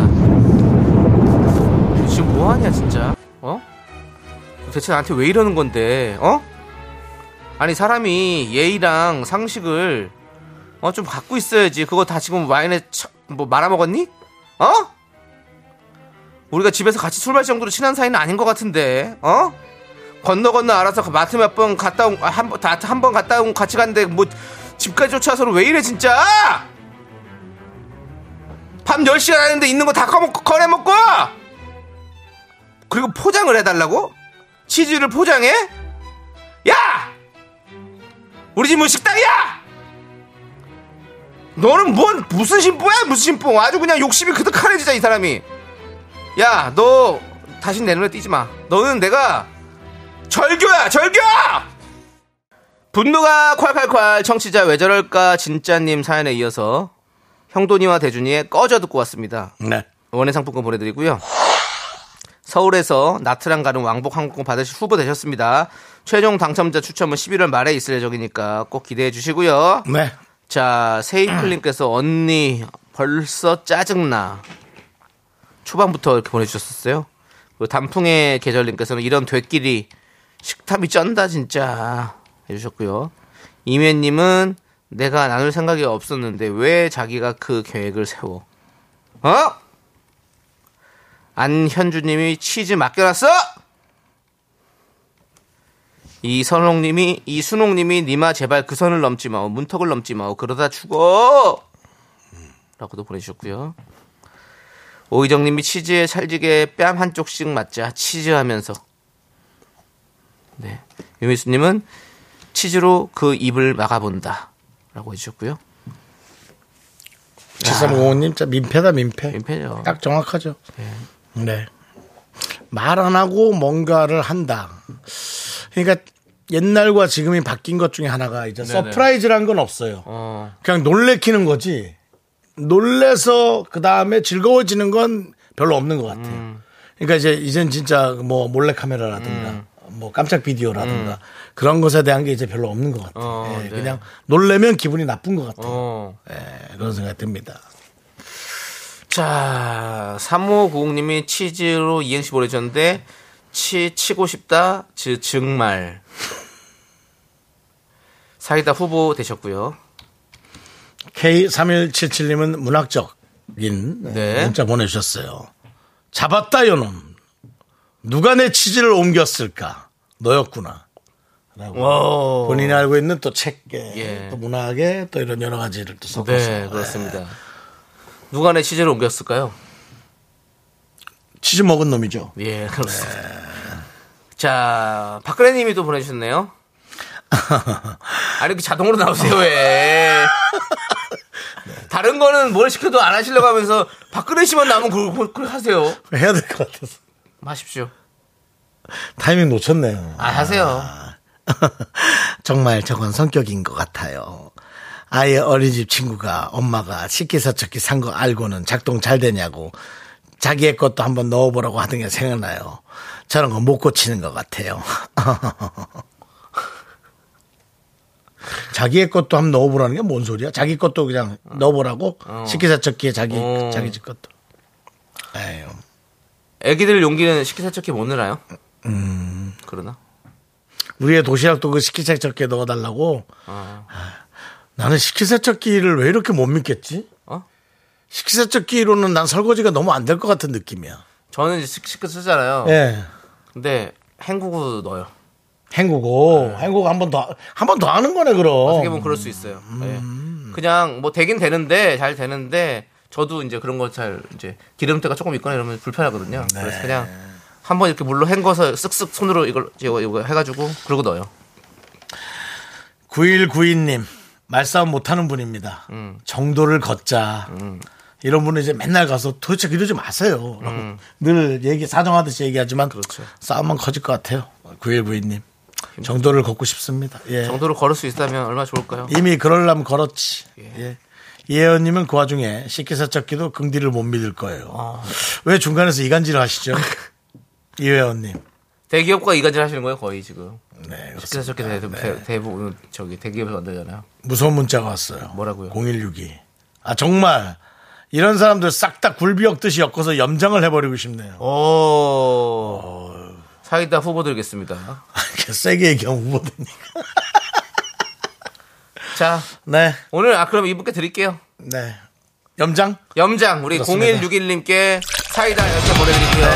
S2: 너 지금 뭐 하냐 진짜? 어? 대체 나한테 왜 이러는 건데? 어? 아니 사람이 예의랑 상식을 어 좀 갖고 있어야지. 그거 다 지금 와인에 처- 뭐 말아 먹었니? 어? 우리가 집에서 같이 술 마실 정도로 친한 사이는 아닌 것 같은데, 어? 건너 건너 알아서 그 마트 몇 번 갔다 온한번다한번 갔다 온 같이 갔는데 뭐 집까지 쫓아와서 왜 이래 진짜? 밤 10시간 하는데 있는 거 다 꺼먹고, 꺼내먹고! 그리고 포장을 해달라고? 치즈를 포장해? 야! 우리 집 뭐 식당이야! 너는 뭔, 무슨 신뽕이야? 무슨 신뽕? 아주 그냥 욕심이 그득하네, 진짜, 이 사람이. 야, 너, 다시 내 눈에 띄지 마. 너는 내가, 절교야, 절교! 분노가 콸콸콸, 청취자 왜 저럴까, 진짜님 사연에 이어서, 형돈이와 대준이의 꺼져 듣고 왔습니다.
S1: 네.
S2: 원예 상품권 보내드리고요. 서울에서 나트랑 가는 왕복 항공권 받으실 후보 되셨습니다. 최종 당첨자 추첨은 11월 말에 있을 예정이니까 꼭 기대해 주시고요.
S1: 네.
S2: 자, 세이클님께서 언니 벌써 짜증나. 초반부터 이렇게 보내주셨었어요. 그리고 단풍의 계절님께서는 이런 되끼리 식탐이 쩐다 진짜 해주셨고요. 이매님은 내가 나눌 생각이 없었는데 왜 자기가 그 계획을 세워? 어? 안현주님이 치즈 맡겨놨어? 이선홍님이 이순홍님이 니마 제발 그 선을 넘지 마오 문턱을 넘지 마오 그러다 죽어 라고도 보내주셨고요 오희정님이 치즈에 찰지게 뺨 한쪽씩 맞자 치즈하면서 네 유미수님은 치즈로 그 입을 막아본다 라고 해주셨고요
S1: 7305님 진짜 민폐다 민폐.
S2: 민폐죠.
S1: 딱 정확하죠. 네. 말 안 하고 뭔가를 한다. 그러니까 옛날과 지금이 바뀐 것 중에 하나가 이제 서프라이즈란 건 없어요.
S2: 어
S1: 그냥 놀래키는 거지. 놀래서 그 다음에 즐거워지는 건 별로 없는 것 같아요.
S2: 음.
S1: 그러니까 이제 이젠 진짜 뭐 몰래 카메라라든가
S2: 음.
S1: 뭐 깜짝 비디오라든가 그런 것에 대한 게 이제 별로 없는 것 같아요.
S2: 어,
S1: 예,
S2: 네.
S1: 그냥 놀래면 기분이 나쁜 것 같아요.
S2: 어.
S1: 예, 그런 생각이 듭니다.
S2: 자, 3590님이 치즈로 이행시 보내주셨는데, 치, 치고 싶다, 즈, 정말. 사이다 후보 되셨고요
S1: K3177님은 문학적인
S2: 네.
S1: 문자 보내주셨어요. 잡았다, 요놈. 누가 내 치즈를 옮겼을까? 너였구나. 라고.
S2: 오.
S1: 본인이 알고 있는 또 책에,
S2: 어. 예.
S1: 또 문학에, 또 이런 여러 가지를 또 섞어서.
S2: 네, 그렇습니다. 누가 내 치즈를 옮겼을까요?
S1: 예. 치즈 먹은 놈이죠.
S2: 예, 그렇습니다. 자, 박근혜 님이 또 보내주셨네요. 아니, 이렇게 자동으로 나오세요, 왜. 다른 거는 뭘 시켜도 안 하시려고 하면서 박근혜 씨만 나오면 그걸, 그걸 하세요.
S1: 해야 될 것 같아서.
S2: 마십시오.
S1: 타이밍 놓쳤네요.
S2: 아, 하세요.
S1: [LAUGHS] 정말 저건 성격인 것 같아요. 아예 어린이집 친구가 엄마가 식기세척기 산 거 알고는 작동 잘 되냐고 자기의 것도 한번 넣어보라고 하던 게 생각나요. 저런 거 못 고치는 것 같아요. [LAUGHS] 자기의 것도 한번 넣어보라는 게 뭔 소리야? 자기 것도 그냥 넣어보라고 식기세척기에 자기
S2: 어.
S1: 자기 집 것도. 에휴.
S2: 애기들 용기는 식기세척기 못 넣나요? 그러나?
S1: 우리의 도시락도 그 식기세척기에 넣어달라고.
S2: 아.
S1: 아, 나는 식기세척기를 왜 이렇게 못 믿겠지?
S2: 어?
S1: 식기세척기로는 난 설거지가 너무 안 될 것 같은 느낌이야.
S2: 저는 이제 식- 식기 쓰잖아요.
S1: 예.
S2: 근데 헹구고 넣어요.
S1: 헹구고, 헹구고 한 번 더, 한 번 더 하는 거네,
S2: 아. 어떻게 음. 보면
S1: 그럼.
S2: 그럴 수 있어요. 예. 그냥 뭐 되긴 되는데 잘 되는데 저도 이제 그런 거 잘 이제 기름때가 조금 있거나 이러면 불편하거든요. 그래서 그냥 한번 이렇게 물로 헹궈서 쓱쓱 손으로 이걸 이거, 이거 해가지고 그러고 넣어요.
S1: 9192님, 말싸움 못 하는 분입니다.
S2: 음.
S1: 정도를 걷자. 이런 분은 이제 맨날 가서 도대체 이러지 마세요. 라고
S2: 음.
S1: 늘 얘기, 사정하듯이 얘기하지만.
S2: 그렇죠.
S1: 싸움만 커질 것 같아요. 9192님. 정도를 걷고 싶습니다. 예.
S2: 정도로 걸을 수 있다면 얼마나 좋을까요?
S1: 이미 그럴라면 걸었지. 예. 이혜연님은 그 와중에 식기세척기도 긍디를 못 믿을 거예요.
S2: 아.
S1: 왜 중간에서 이간질을
S2: [LAUGHS]
S1: 하시죠? 이혜연님.
S2: 대기업과 이간질 하시는 거예요 거의 지금.
S1: 네.
S2: 식기세척기 대- 대- 대부분 저기 대기업에서 만들잖아요.
S1: 무서운 문자가 왔어요.
S2: 뭐라고요?
S1: 0162. 아, 정말. 이런 사람들 싹 다 굴비 엮듯이 엮어서 염장을 해버리고 싶네요. [LAUGHS]
S2: 오. 사이다 후보 드리겠습니다.
S1: 이렇게 세게 얘기하면 우보되니까.
S2: 자,
S1: 네.
S2: 오늘 아 그럼 이분께 드릴게요.
S1: 네. 염장?
S2: 염장 우리
S1: 그렇습니다.
S2: 0161님께 사이다 열차 보내드릴게요.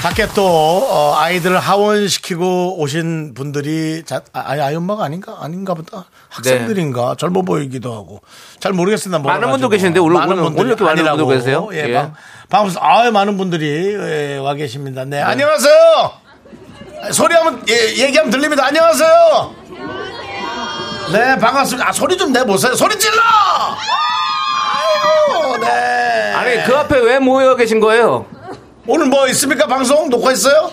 S1: 밖에 또 어, 아이들을 하원시키고 오신 분들이 자, 아, 아이 엄마가 아닌가 아닌가 보다 학생들인가 젊어 보이기도 하고 잘 모르겠습니다.
S2: 네. 많은
S1: 몰라가지고.
S2: 분도 계시는데 오늘-
S1: 많은
S2: 오늘-
S1: 분들이
S2: 오늘 이렇게 많은 분도
S1: 아니라고.
S2: 계세요?
S1: 예,
S2: 예.
S1: 방- 방금 아 많은 분들이 예, 와 계십니다. 네, 안녕하세요. 소리 한번 예, 얘기하면 들립니다. 안녕하세요. 네 반갑습니다. 아, 소리 좀 내보세요. 소리 질러. 아이고 네.
S2: 아니 그 앞에 왜 모여 계신 거예요?
S1: 오늘 뭐 있습니까 방송 녹화했어요?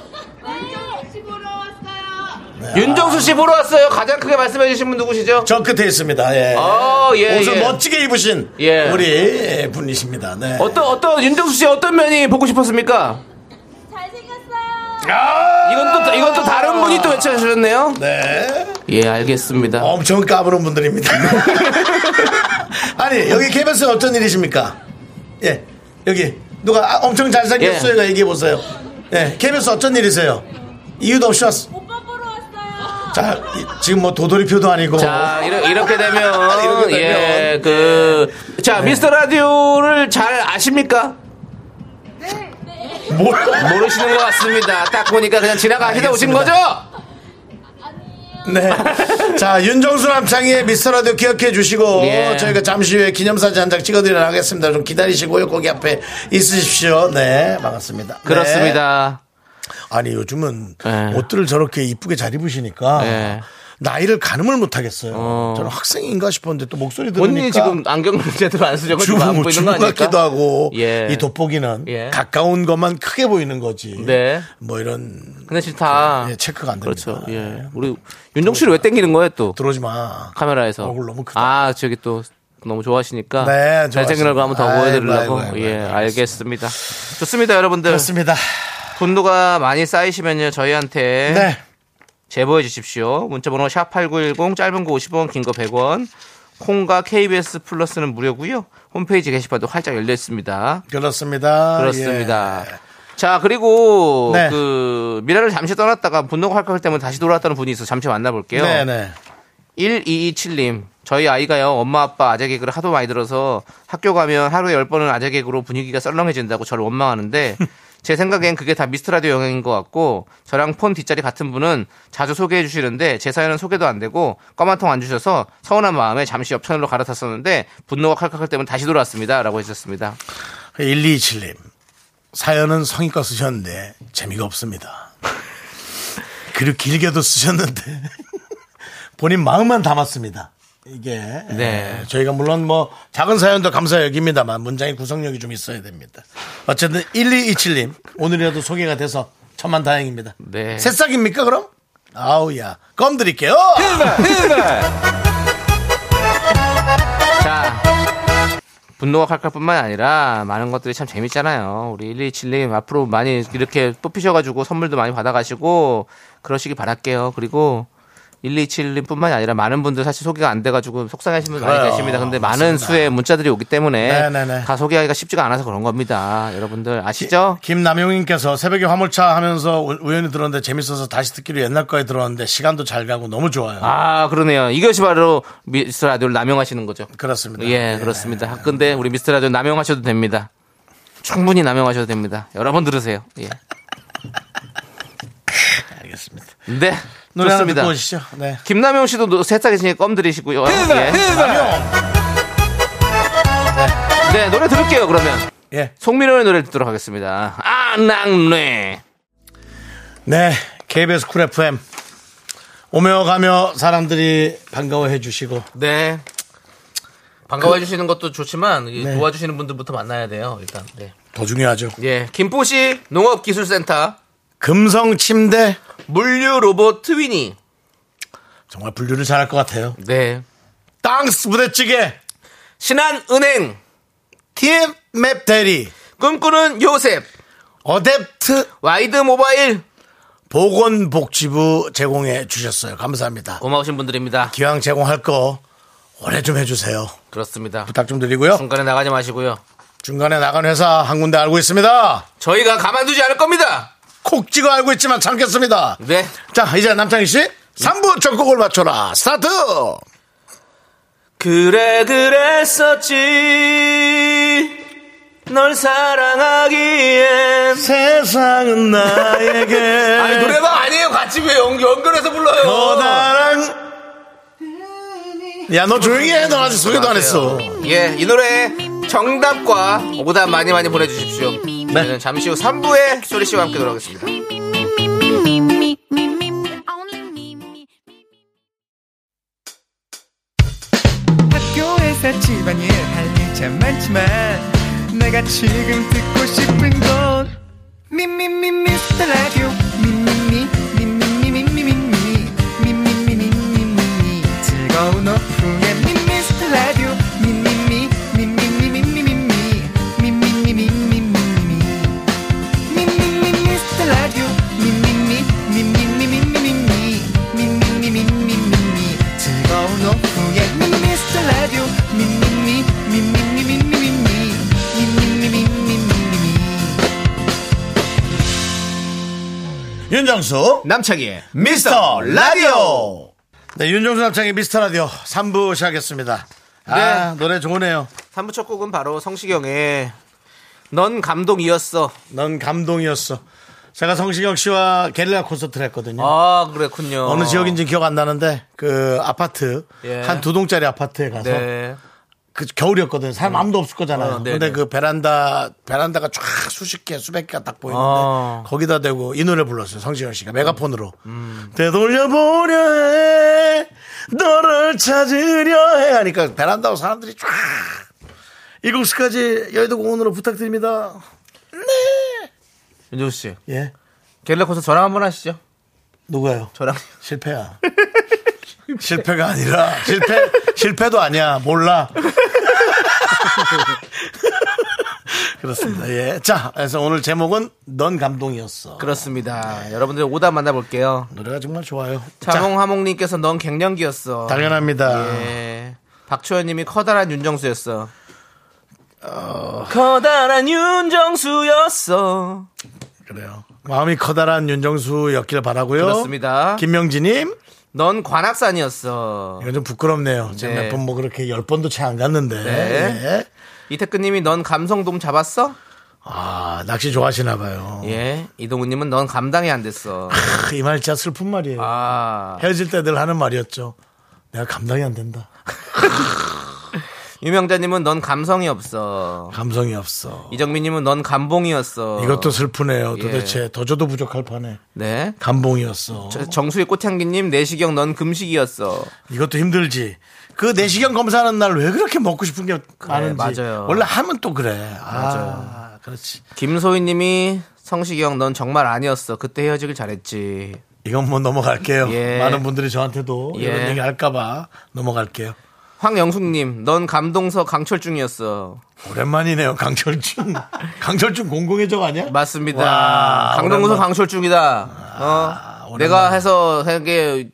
S1: 네.
S2: 윤정수 씨 보러 왔어요. 가장 크게 말씀해 주신 분 누구시죠?
S1: 저 끝에 있습니다. 예.
S2: 어, 예,
S1: 옷을
S2: 예.
S1: 멋지게 입으신
S2: 예.
S1: 우리 예, 분이십니다. 네.
S2: 어떤 어떤 윤정수 씨 어떤 면이 보고 싶었습니까?
S1: 아!
S2: 이건 또 이건 또 다른 분이 또 외쳐주셨네요.
S1: 네.
S2: 예 알겠습니다.
S1: 엄청 까불은 분들입니다. [LAUGHS] 아니, 여기 KBS 어떤 일이십니까? 예. 여기 누가 아, 엄청 잘생겼어요 얘기해 보세요. 예, KBS 어쩐 일이세요? 이유도 없이 왔어. 오빠 보러 왔어요. 자, 이- 지금 뭐 도돌이표도 아니고.
S2: 자, 이러, 이렇게 되면,
S1: [LAUGHS] 이렇게 되면. 네.
S2: 예, 그, 자, 미스터 라디오를 잘 아십니까?
S1: 뭘?
S2: 모르시는 것 같습니다. 딱 보니까 그냥 지나가시다 오신 거죠? [LAUGHS]
S1: 네. 자, 윤정수 남창희의 미스터 라디오 기억해 주시고
S2: 예.
S1: 저희가 잠시 후에 기념사진 한 장 찍어드리려 하겠습니다. 좀 기다리시고요. 거기 앞에 있으십시오. 네, 반갑습니다. 네.
S2: 그렇습니다.
S1: 아니 요즘은
S2: 예.
S1: 옷들을 저렇게 이쁘게 잘 입으시니까
S2: 예.
S1: 나이를 가늠을 못 하겠어요.
S2: 어.
S1: 저는 학생인가 싶었는데 또 목소리
S2: 본인이
S1: 들으니까
S2: 지금 안경을 제대로 안 쓰려고 지금 안
S1: 주부
S2: 보이는
S1: 주부
S2: 거
S1: 같기도
S2: 아닐까?
S1: 하고
S2: 예.
S1: 이 돋보기는
S2: 예.
S1: 가까운 것만 크게 보이는 거지.
S2: 네.
S1: 뭐 이런
S2: 근데 싫다.
S1: 예, 체크가 안 됩니다.
S2: 그렇죠. 예. 우리 윤정 씨를 왜 땡기는 거예요 또?
S1: 들어오지 마.
S2: 카메라에서.
S1: 얼굴 너무 크다.
S2: 아, 저기 또 너무 좋아하시니까.
S1: 네,
S2: 잘생긴
S1: 좋아하시니까.
S2: 얼굴 한번 더
S1: 아이고,
S2: 보여드리려고.
S1: 아이고, 아이고,
S2: 예,
S1: 아이고,
S2: 알겠습니다. 좋습니다, 여러분들.
S1: 그렇습니다.
S2: 분노가 많이 쌓이시면요, 저희한테.
S1: 네.
S2: 제보해 주십시오. 문자번호 샵8910 짧은 거 50원 긴 거 100원 콩과 KBS 플러스는 무료고요. 홈페이지 게시판도 활짝 열려 있습니다.
S1: 그렇습니다.
S2: 그렇습니다.
S1: 아, 예.
S2: 자 그리고
S1: 네.
S2: 그 미라를 잠시 떠났다가 분노가 할것 때문에 다시 돌아왔다는 분이 있어 서 잠시 만나볼게요.
S1: 예. 네네.
S2: 1227님 저희 아이가요 엄마 아빠 아재 개그를 하도 많이 들어서 학교 가면 하루에 10번은 아재 개그로 분위기가 썰렁해진다고 저를 원망하는데 제 생각엔 그게 다 미스트라디오 영향인 것 같고 저랑 폰 뒷자리 같은 분은 자주 소개해 주시는데 제 사연은 소개도 안 되고 껌 한 통 안 주셔서 서운한 마음에 잠시 옆천으로 갈아탔었는데 분노가 칼칼할 때면 다시 돌아왔습니다 라고 해주셨습니다
S1: 1227님. 그 사연은 성의껏 쓰셨는데 재미가 없습니다. 그리고 길게도 쓰셨는데 [LAUGHS] 본인 마음만 담았습니다. 이게
S2: 네.
S1: 예, 저희가 물론 뭐 작은 사연도 감사 여깁니다만 문장의 구성력이 좀 있어야 됩니다. 어쨌든 1227님 오늘이라도 소개가 돼서 천만 다행입니다.
S2: 네.
S1: 새싹입니까 그럼? 아우야 껌 드릴게요.
S2: 자 분노가 칼칼뿐만 아니라 많은 것들이 참 재밌잖아요. 우리 127님 앞으로 많이 이렇게 뽑히셔가지고 선물도 많이 받아가시고 그러시길 바랄게요. 그리고 127님뿐만이 아니라 많은 분들 사실 소개가 안 돼가지고 속상해하시는 분들 많이
S1: 그래요.
S2: 계십니다. 근데 많은
S1: 맞습니다.
S2: 수의 문자들이 오기 때문에
S1: 네네네.
S2: 다 소개하기가 쉽지가 않아서 그런 겁니다. 여러분들
S1: 예.
S2: 아시죠?
S1: 김남용님께서 새벽에 화물차 하면서 우- 우연히 들었는데 재밌어서 다시 듣기로 옛날 거에 들었는데 시간도 잘 가고 너무 좋아요.
S2: 아 그러네요. 이것이 바로 미스터 라디오를 남용하시는 거죠.
S1: 그렇습니다.
S2: 예, 그렇습니다. 근데 우리 미스터 라디오 남용하셔도 됩니다. 충분히 남용하셔도 됩니다. 여러 번 들으세요. [LAUGHS] 예.
S1: 알겠습니다.
S2: 네.
S1: 노래 하나
S2: 좋습니다.
S1: 듣고 오시죠. 네.
S2: 김남용 씨도 노- 새싹이시니 껌 들이시고요. 예. 네, 노래 들을게요, 그러면.
S1: 예.
S2: 송민호의 노래 듣도록 하겠습니다. 아, 낭네.
S1: 네. KBS 쿨 FM. 오며 가며 사람들이 반가워해 주시고.
S2: 네. 반가워해 주시는 것도 좋지만 이
S1: 네.
S2: 도와주시는 분들부터 만나야 돼요, 일단. 네.
S1: 더 중요하죠.
S2: 예. 김포시 농업기술센터
S1: 금성 침대.
S2: 물류 로봇 트위니.
S1: 정말 분류를 잘할 것 같아요.
S2: 네.
S1: 땅스 부대찌개.
S2: 신한은행
S1: TM맵 대리.
S2: 꿈꾸는 요셉
S1: 어댑트
S2: 와이드 모바일
S1: 보건복지부 제공해 주셨어요. 감사합니다.
S2: 고마우신 분들입니다.
S1: 기왕 제공할 거 오래 좀 해주세요.
S2: 그렇습니다.
S1: 부탁 좀 드리고요.
S2: 중간에 나가지 마시고요.
S1: 중간에 나간 회사 한 군데 알고 있습니다.
S2: 저희가 가만두지 않을 겁니다.
S1: 콕 찍어 알고 있지만 참겠습니다.
S2: 네.
S1: 자, 이제 남창희 씨 3부 전곡을 맞춰라. 스타트!
S2: 그래 그랬었지 널 사랑하기엔
S1: 세상은 [LAUGHS] 나에게
S2: 아니 노래방 아니에요 같이 왜 연, 연결해서 불러요
S1: 어. 커다란 야, 너 조용히 해. 너 아직 소개도 안 했어.
S2: 음. 예이 노래 정답과 오답 많이 많이 보내주십시오
S1: 네.
S2: 저희는 잠시 후 3부에 쇼리씨와 함께 돌아오겠습니다
S5: me, me, me, me, me, only me, me.
S6: 학교에서 집안일 할 일 참 많지만 내가 지금 듣고 싶은 건 미미미 미스터 라디오 미미미 미미미 미미미 미미미 미미미 즐거운 오후에 미스터 라디오 미미미 미미미 미미미 미미미 미미미
S7: 윤정수
S2: 남창희의
S7: 미스터 라디오
S1: 네, 윤정수 남창의 미스터 라디오 3부 시작했습니다. 아, 노래 좋으네요.
S2: 3부 첫 곡은 바로 성시경의 넌 감동이었어.
S1: 넌 감동이었어. 제가 성시경 씨와 게릴라 콘서트를 했거든요.
S2: 아, 그랬군요.
S1: 어느 지역인지 기억 안 나는데 그 아파트
S2: 예.
S1: 한 두 동짜리 아파트에 가서
S2: 네.
S1: 그 겨울이었거든. 사람 아무도 없을 거잖아요.
S2: 어, 네네.
S1: 근데 그 베란다 베란다가 쫙 수십 개 수백 개가 딱 보이는데
S2: 어. 음.
S1: 거기다 대고 이 노래 불렀어요. 성시경 씨가 메가폰으로 되돌려보려 해 너를 찾으려 해 하니까 베란다로 사람들이 쫙 이곳까지 여의도 공원으로 부탁드립니다.
S2: 윤정수 씨.
S1: 예
S2: 겔라 콘서트 저랑 한번 하시죠.
S1: 누가요?
S2: 저랑.
S1: 실패야. [LAUGHS] 실패가 아니라 실패 실패도 아니야. 몰라. [LAUGHS] 그렇습니다. 예. 자, 그래서 오늘 제목은 넌 감동이었어.
S2: 그렇습니다. 여러분들 오답 만나볼게요.
S1: 노래가 정말 좋아요. 자,
S2: 자몽하몽님께서 넌 갱년기였어.
S1: 당연합니다.
S2: 예. 박초연님이 커다란 윤정수였어. 커다란 윤정수였어.
S1: 그래요. 마음이 커다란 윤정수였길 바라고요.
S2: 그렇습니다.
S1: 어? 김명진님, 예.
S2: 넌 관악산이었어.
S1: 이건 좀 부끄럽네요. 제가
S2: 네.
S1: 몇번 뭐 그렇게 열 번도 채 안 갔는데.
S2: 네.
S1: 예.
S2: 이태근님이 넌 감성돔 잡았어?
S1: 아 낚시 좋아하시나 봐요.
S2: 예. 이동훈님은 넌 감당이 안 됐어.
S1: 이 말 진짜 슬픈 말이에요.
S2: 아.
S1: 헤어질 때 늘 하는 말이었죠. 내가 감당이 안 된다.
S2: 유명자님은 넌 감성이 없어.
S1: 감성이 없어.
S2: 이정민님은 넌 감봉이었어.
S1: 이것도 슬프네요.
S2: 예.
S1: 도대체 더 줘도 부족할 판에
S2: 네.
S1: 감봉이었어.
S2: 저- 정수의 꽃향기님 내시경 넌 금식이었어.
S1: 이것도 힘들지. 그 내시경 검사하는 날 왜 그렇게 먹고 싶은 게 많은지.
S2: 네, 맞아요.
S1: 원래 하면 또 그래. 아, 그렇지.
S2: 김소희님이 성시경 넌 정말 아니었어. 그때 헤어지길 잘했지.
S1: 이건 뭐 넘어갈게요.
S2: 예.
S1: 많은 분들이 저한테도 이런
S2: 예.
S1: 얘기 할까봐 넘어갈게요.
S2: 황영숙님 넌 감동서 강철중이었어.
S1: 오랜만이네요. 강철준. 강철준 공공의적 아니야?
S2: 맞습니다.
S1: 와,
S2: 강동서
S1: 오랜만. 아,
S2: 강철중이다. 어.
S1: 오랜만에.
S2: 내가 해서 한게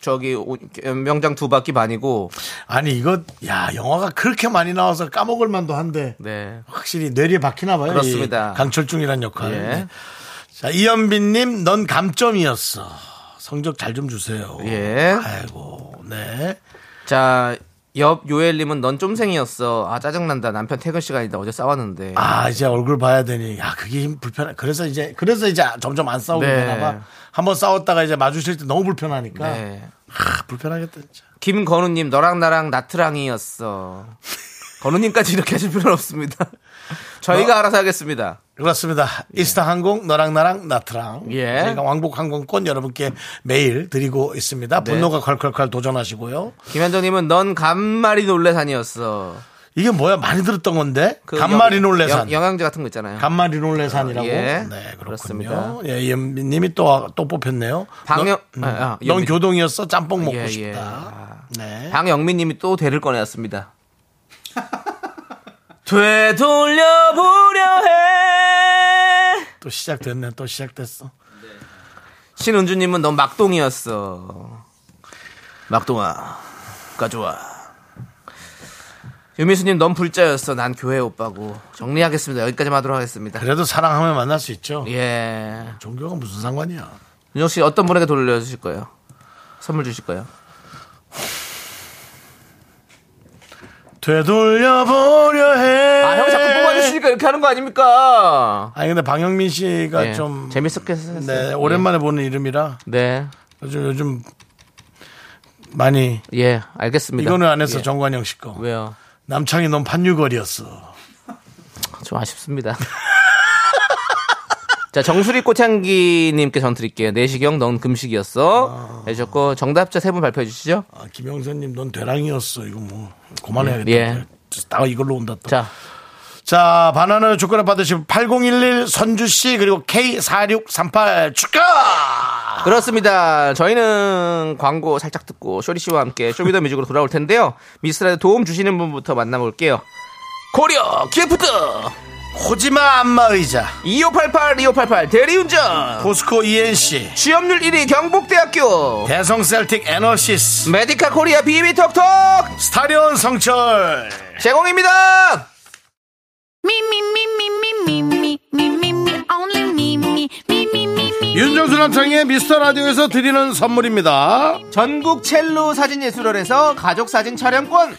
S2: 저기 오- 명장 두 바퀴 반이고.
S1: 아니 이거 야 영화가 그렇게 많이 나와서 까먹을 만도 한데
S2: 네.
S1: 확실히 뇌리에 박히나 봐요.
S2: 그렇습니다.
S1: 이 강철중이란 역할.
S2: 예.
S1: 네. 자, 이현빈님, 넌 감점이었어. 성적 잘 좀 주세요.
S2: 예.
S1: 아이고, 네.
S2: 자, 옆 요엘님은 넌 쫌생이었어. 아 짜증난다. 남편 퇴근 시간이다. 어제 싸웠는데.
S1: 아, 이제 얼굴 봐야 되니. 야, 그게 힘 불편해. 그래서 이제, 그래서 이제 점점 안 싸우게
S2: 네.
S1: 되나 봐. 한번 싸웠다가 이제 마주칠 때 너무 불편하니까.
S2: 네.
S1: 아, 불편하겠다, 진짜.
S2: 김건우님 너랑 나랑 나트랑이었어. 건우님까지 이렇게 하실 필요는 없습니다. [LAUGHS] 저희가 알아서 하겠습니다.
S1: 그렇습니다. 이스타 항공, 너랑 나랑, 나트랑.
S2: 예.
S1: 저희가 왕복 항공권 여러분께 매일 드리고 있습니다.
S2: 네.
S1: 분노가 콸콸콸 도전하시고요.
S2: 김현정님은 넌 간말이 놀래산이었어.
S1: 이게 뭐야? 많이 들었던 건데?
S2: 그
S1: 간마리
S2: 영-
S1: 놀래산.
S2: 영- 영양제 같은 거 있잖아요.
S1: 간마리 놀래산이라고.
S2: 예.
S1: 네, 그렇습니다.
S2: 그렇습니다.
S1: 예, 연비님이 또, 또 뽑혔네요.
S2: 방영-
S1: 넌,
S2: 아, 아,
S1: 넌
S2: 연비-
S1: 교동이었어? 짬뽕 먹고
S2: 예, 예.
S1: 싶다.
S2: 아.
S1: 네.
S2: 방영민님이 또 대를 꺼내왔습니다. [LAUGHS] 되돌려보려 해.
S1: 또 시작됐네. 또 시작됐어.
S2: 신은주님은 넌 막동이었어. 막동아, 가져와. 유미수님 넌 불자였어. 난 교회 오빠고. 정리하겠습니다. 여기까지만 하도록 하겠습니다.
S1: 그래도 사랑하면 만날 수 있죠.
S2: 예.
S1: 종교가 무슨 상관이야.
S2: 윤정 씨 어떤 분에게 돌려주실 거예요? 선물 주실 거예요?
S1: 되돌려보려 해.
S2: 아, 형 자꾸 뽑아주시니까 이렇게 하는 거 아닙니까?
S1: 아니, 근데 방영민 씨가
S2: 예,
S1: 그러니까 좀.
S2: 재밌었게 했어요. 예.
S1: 네, 오랜만에 보는 이름이라
S2: 네.
S1: 요즘, 요즘 많이.
S2: 예, 알겠습니다.
S1: 이거는 아- 안 했어.
S2: 예.
S1: 정관영 씨 거.
S2: 왜요?
S1: 남창이 넌 판유걸이었어.
S2: 좀 아쉽습니다. [LAUGHS] 자, 정수리 꽃향기님께 전 드릴게요. 내시경, 넌 금식이었어. 해주셨고, 정답자 세 분 발표해 주시죠.
S1: 아, 김영선님, 넌 되랑이었어. 이거 뭐, 그만해야겠다.
S2: 예.
S1: 나 이걸로 온다. 또. 자.
S2: 자,
S1: 바나나 조건을 받으신 8011 선주씨, 그리고 K4638 축하!
S2: 그렇습니다. 저희는 광고 살짝 듣고, 쇼리 씨와 함께 쇼미더 뮤직으로 돌아올 텐데요. 미스라에 도움 주시는 분부터 만나볼게요. 고려, 기프트!
S1: 코지마 안마 의자,
S2: 2588, 2588, 대리운전!
S1: 포스코 ENC,
S2: 취업률 1위 경북대학교!
S1: 대성 셀틱 에너시스,
S2: 메디카 코리아 비비톡톡!
S1: 스타리온 성철.
S2: 제공입니다!
S5: Me, me, me, me, me, me, me, me, me, me, only me, me, me, me, me, me,
S1: 윤정수 남창의 미스터 라디오에서 드리는 선물입니다.
S2: 전국 첼로 사진예술원에서 가족사진 촬영권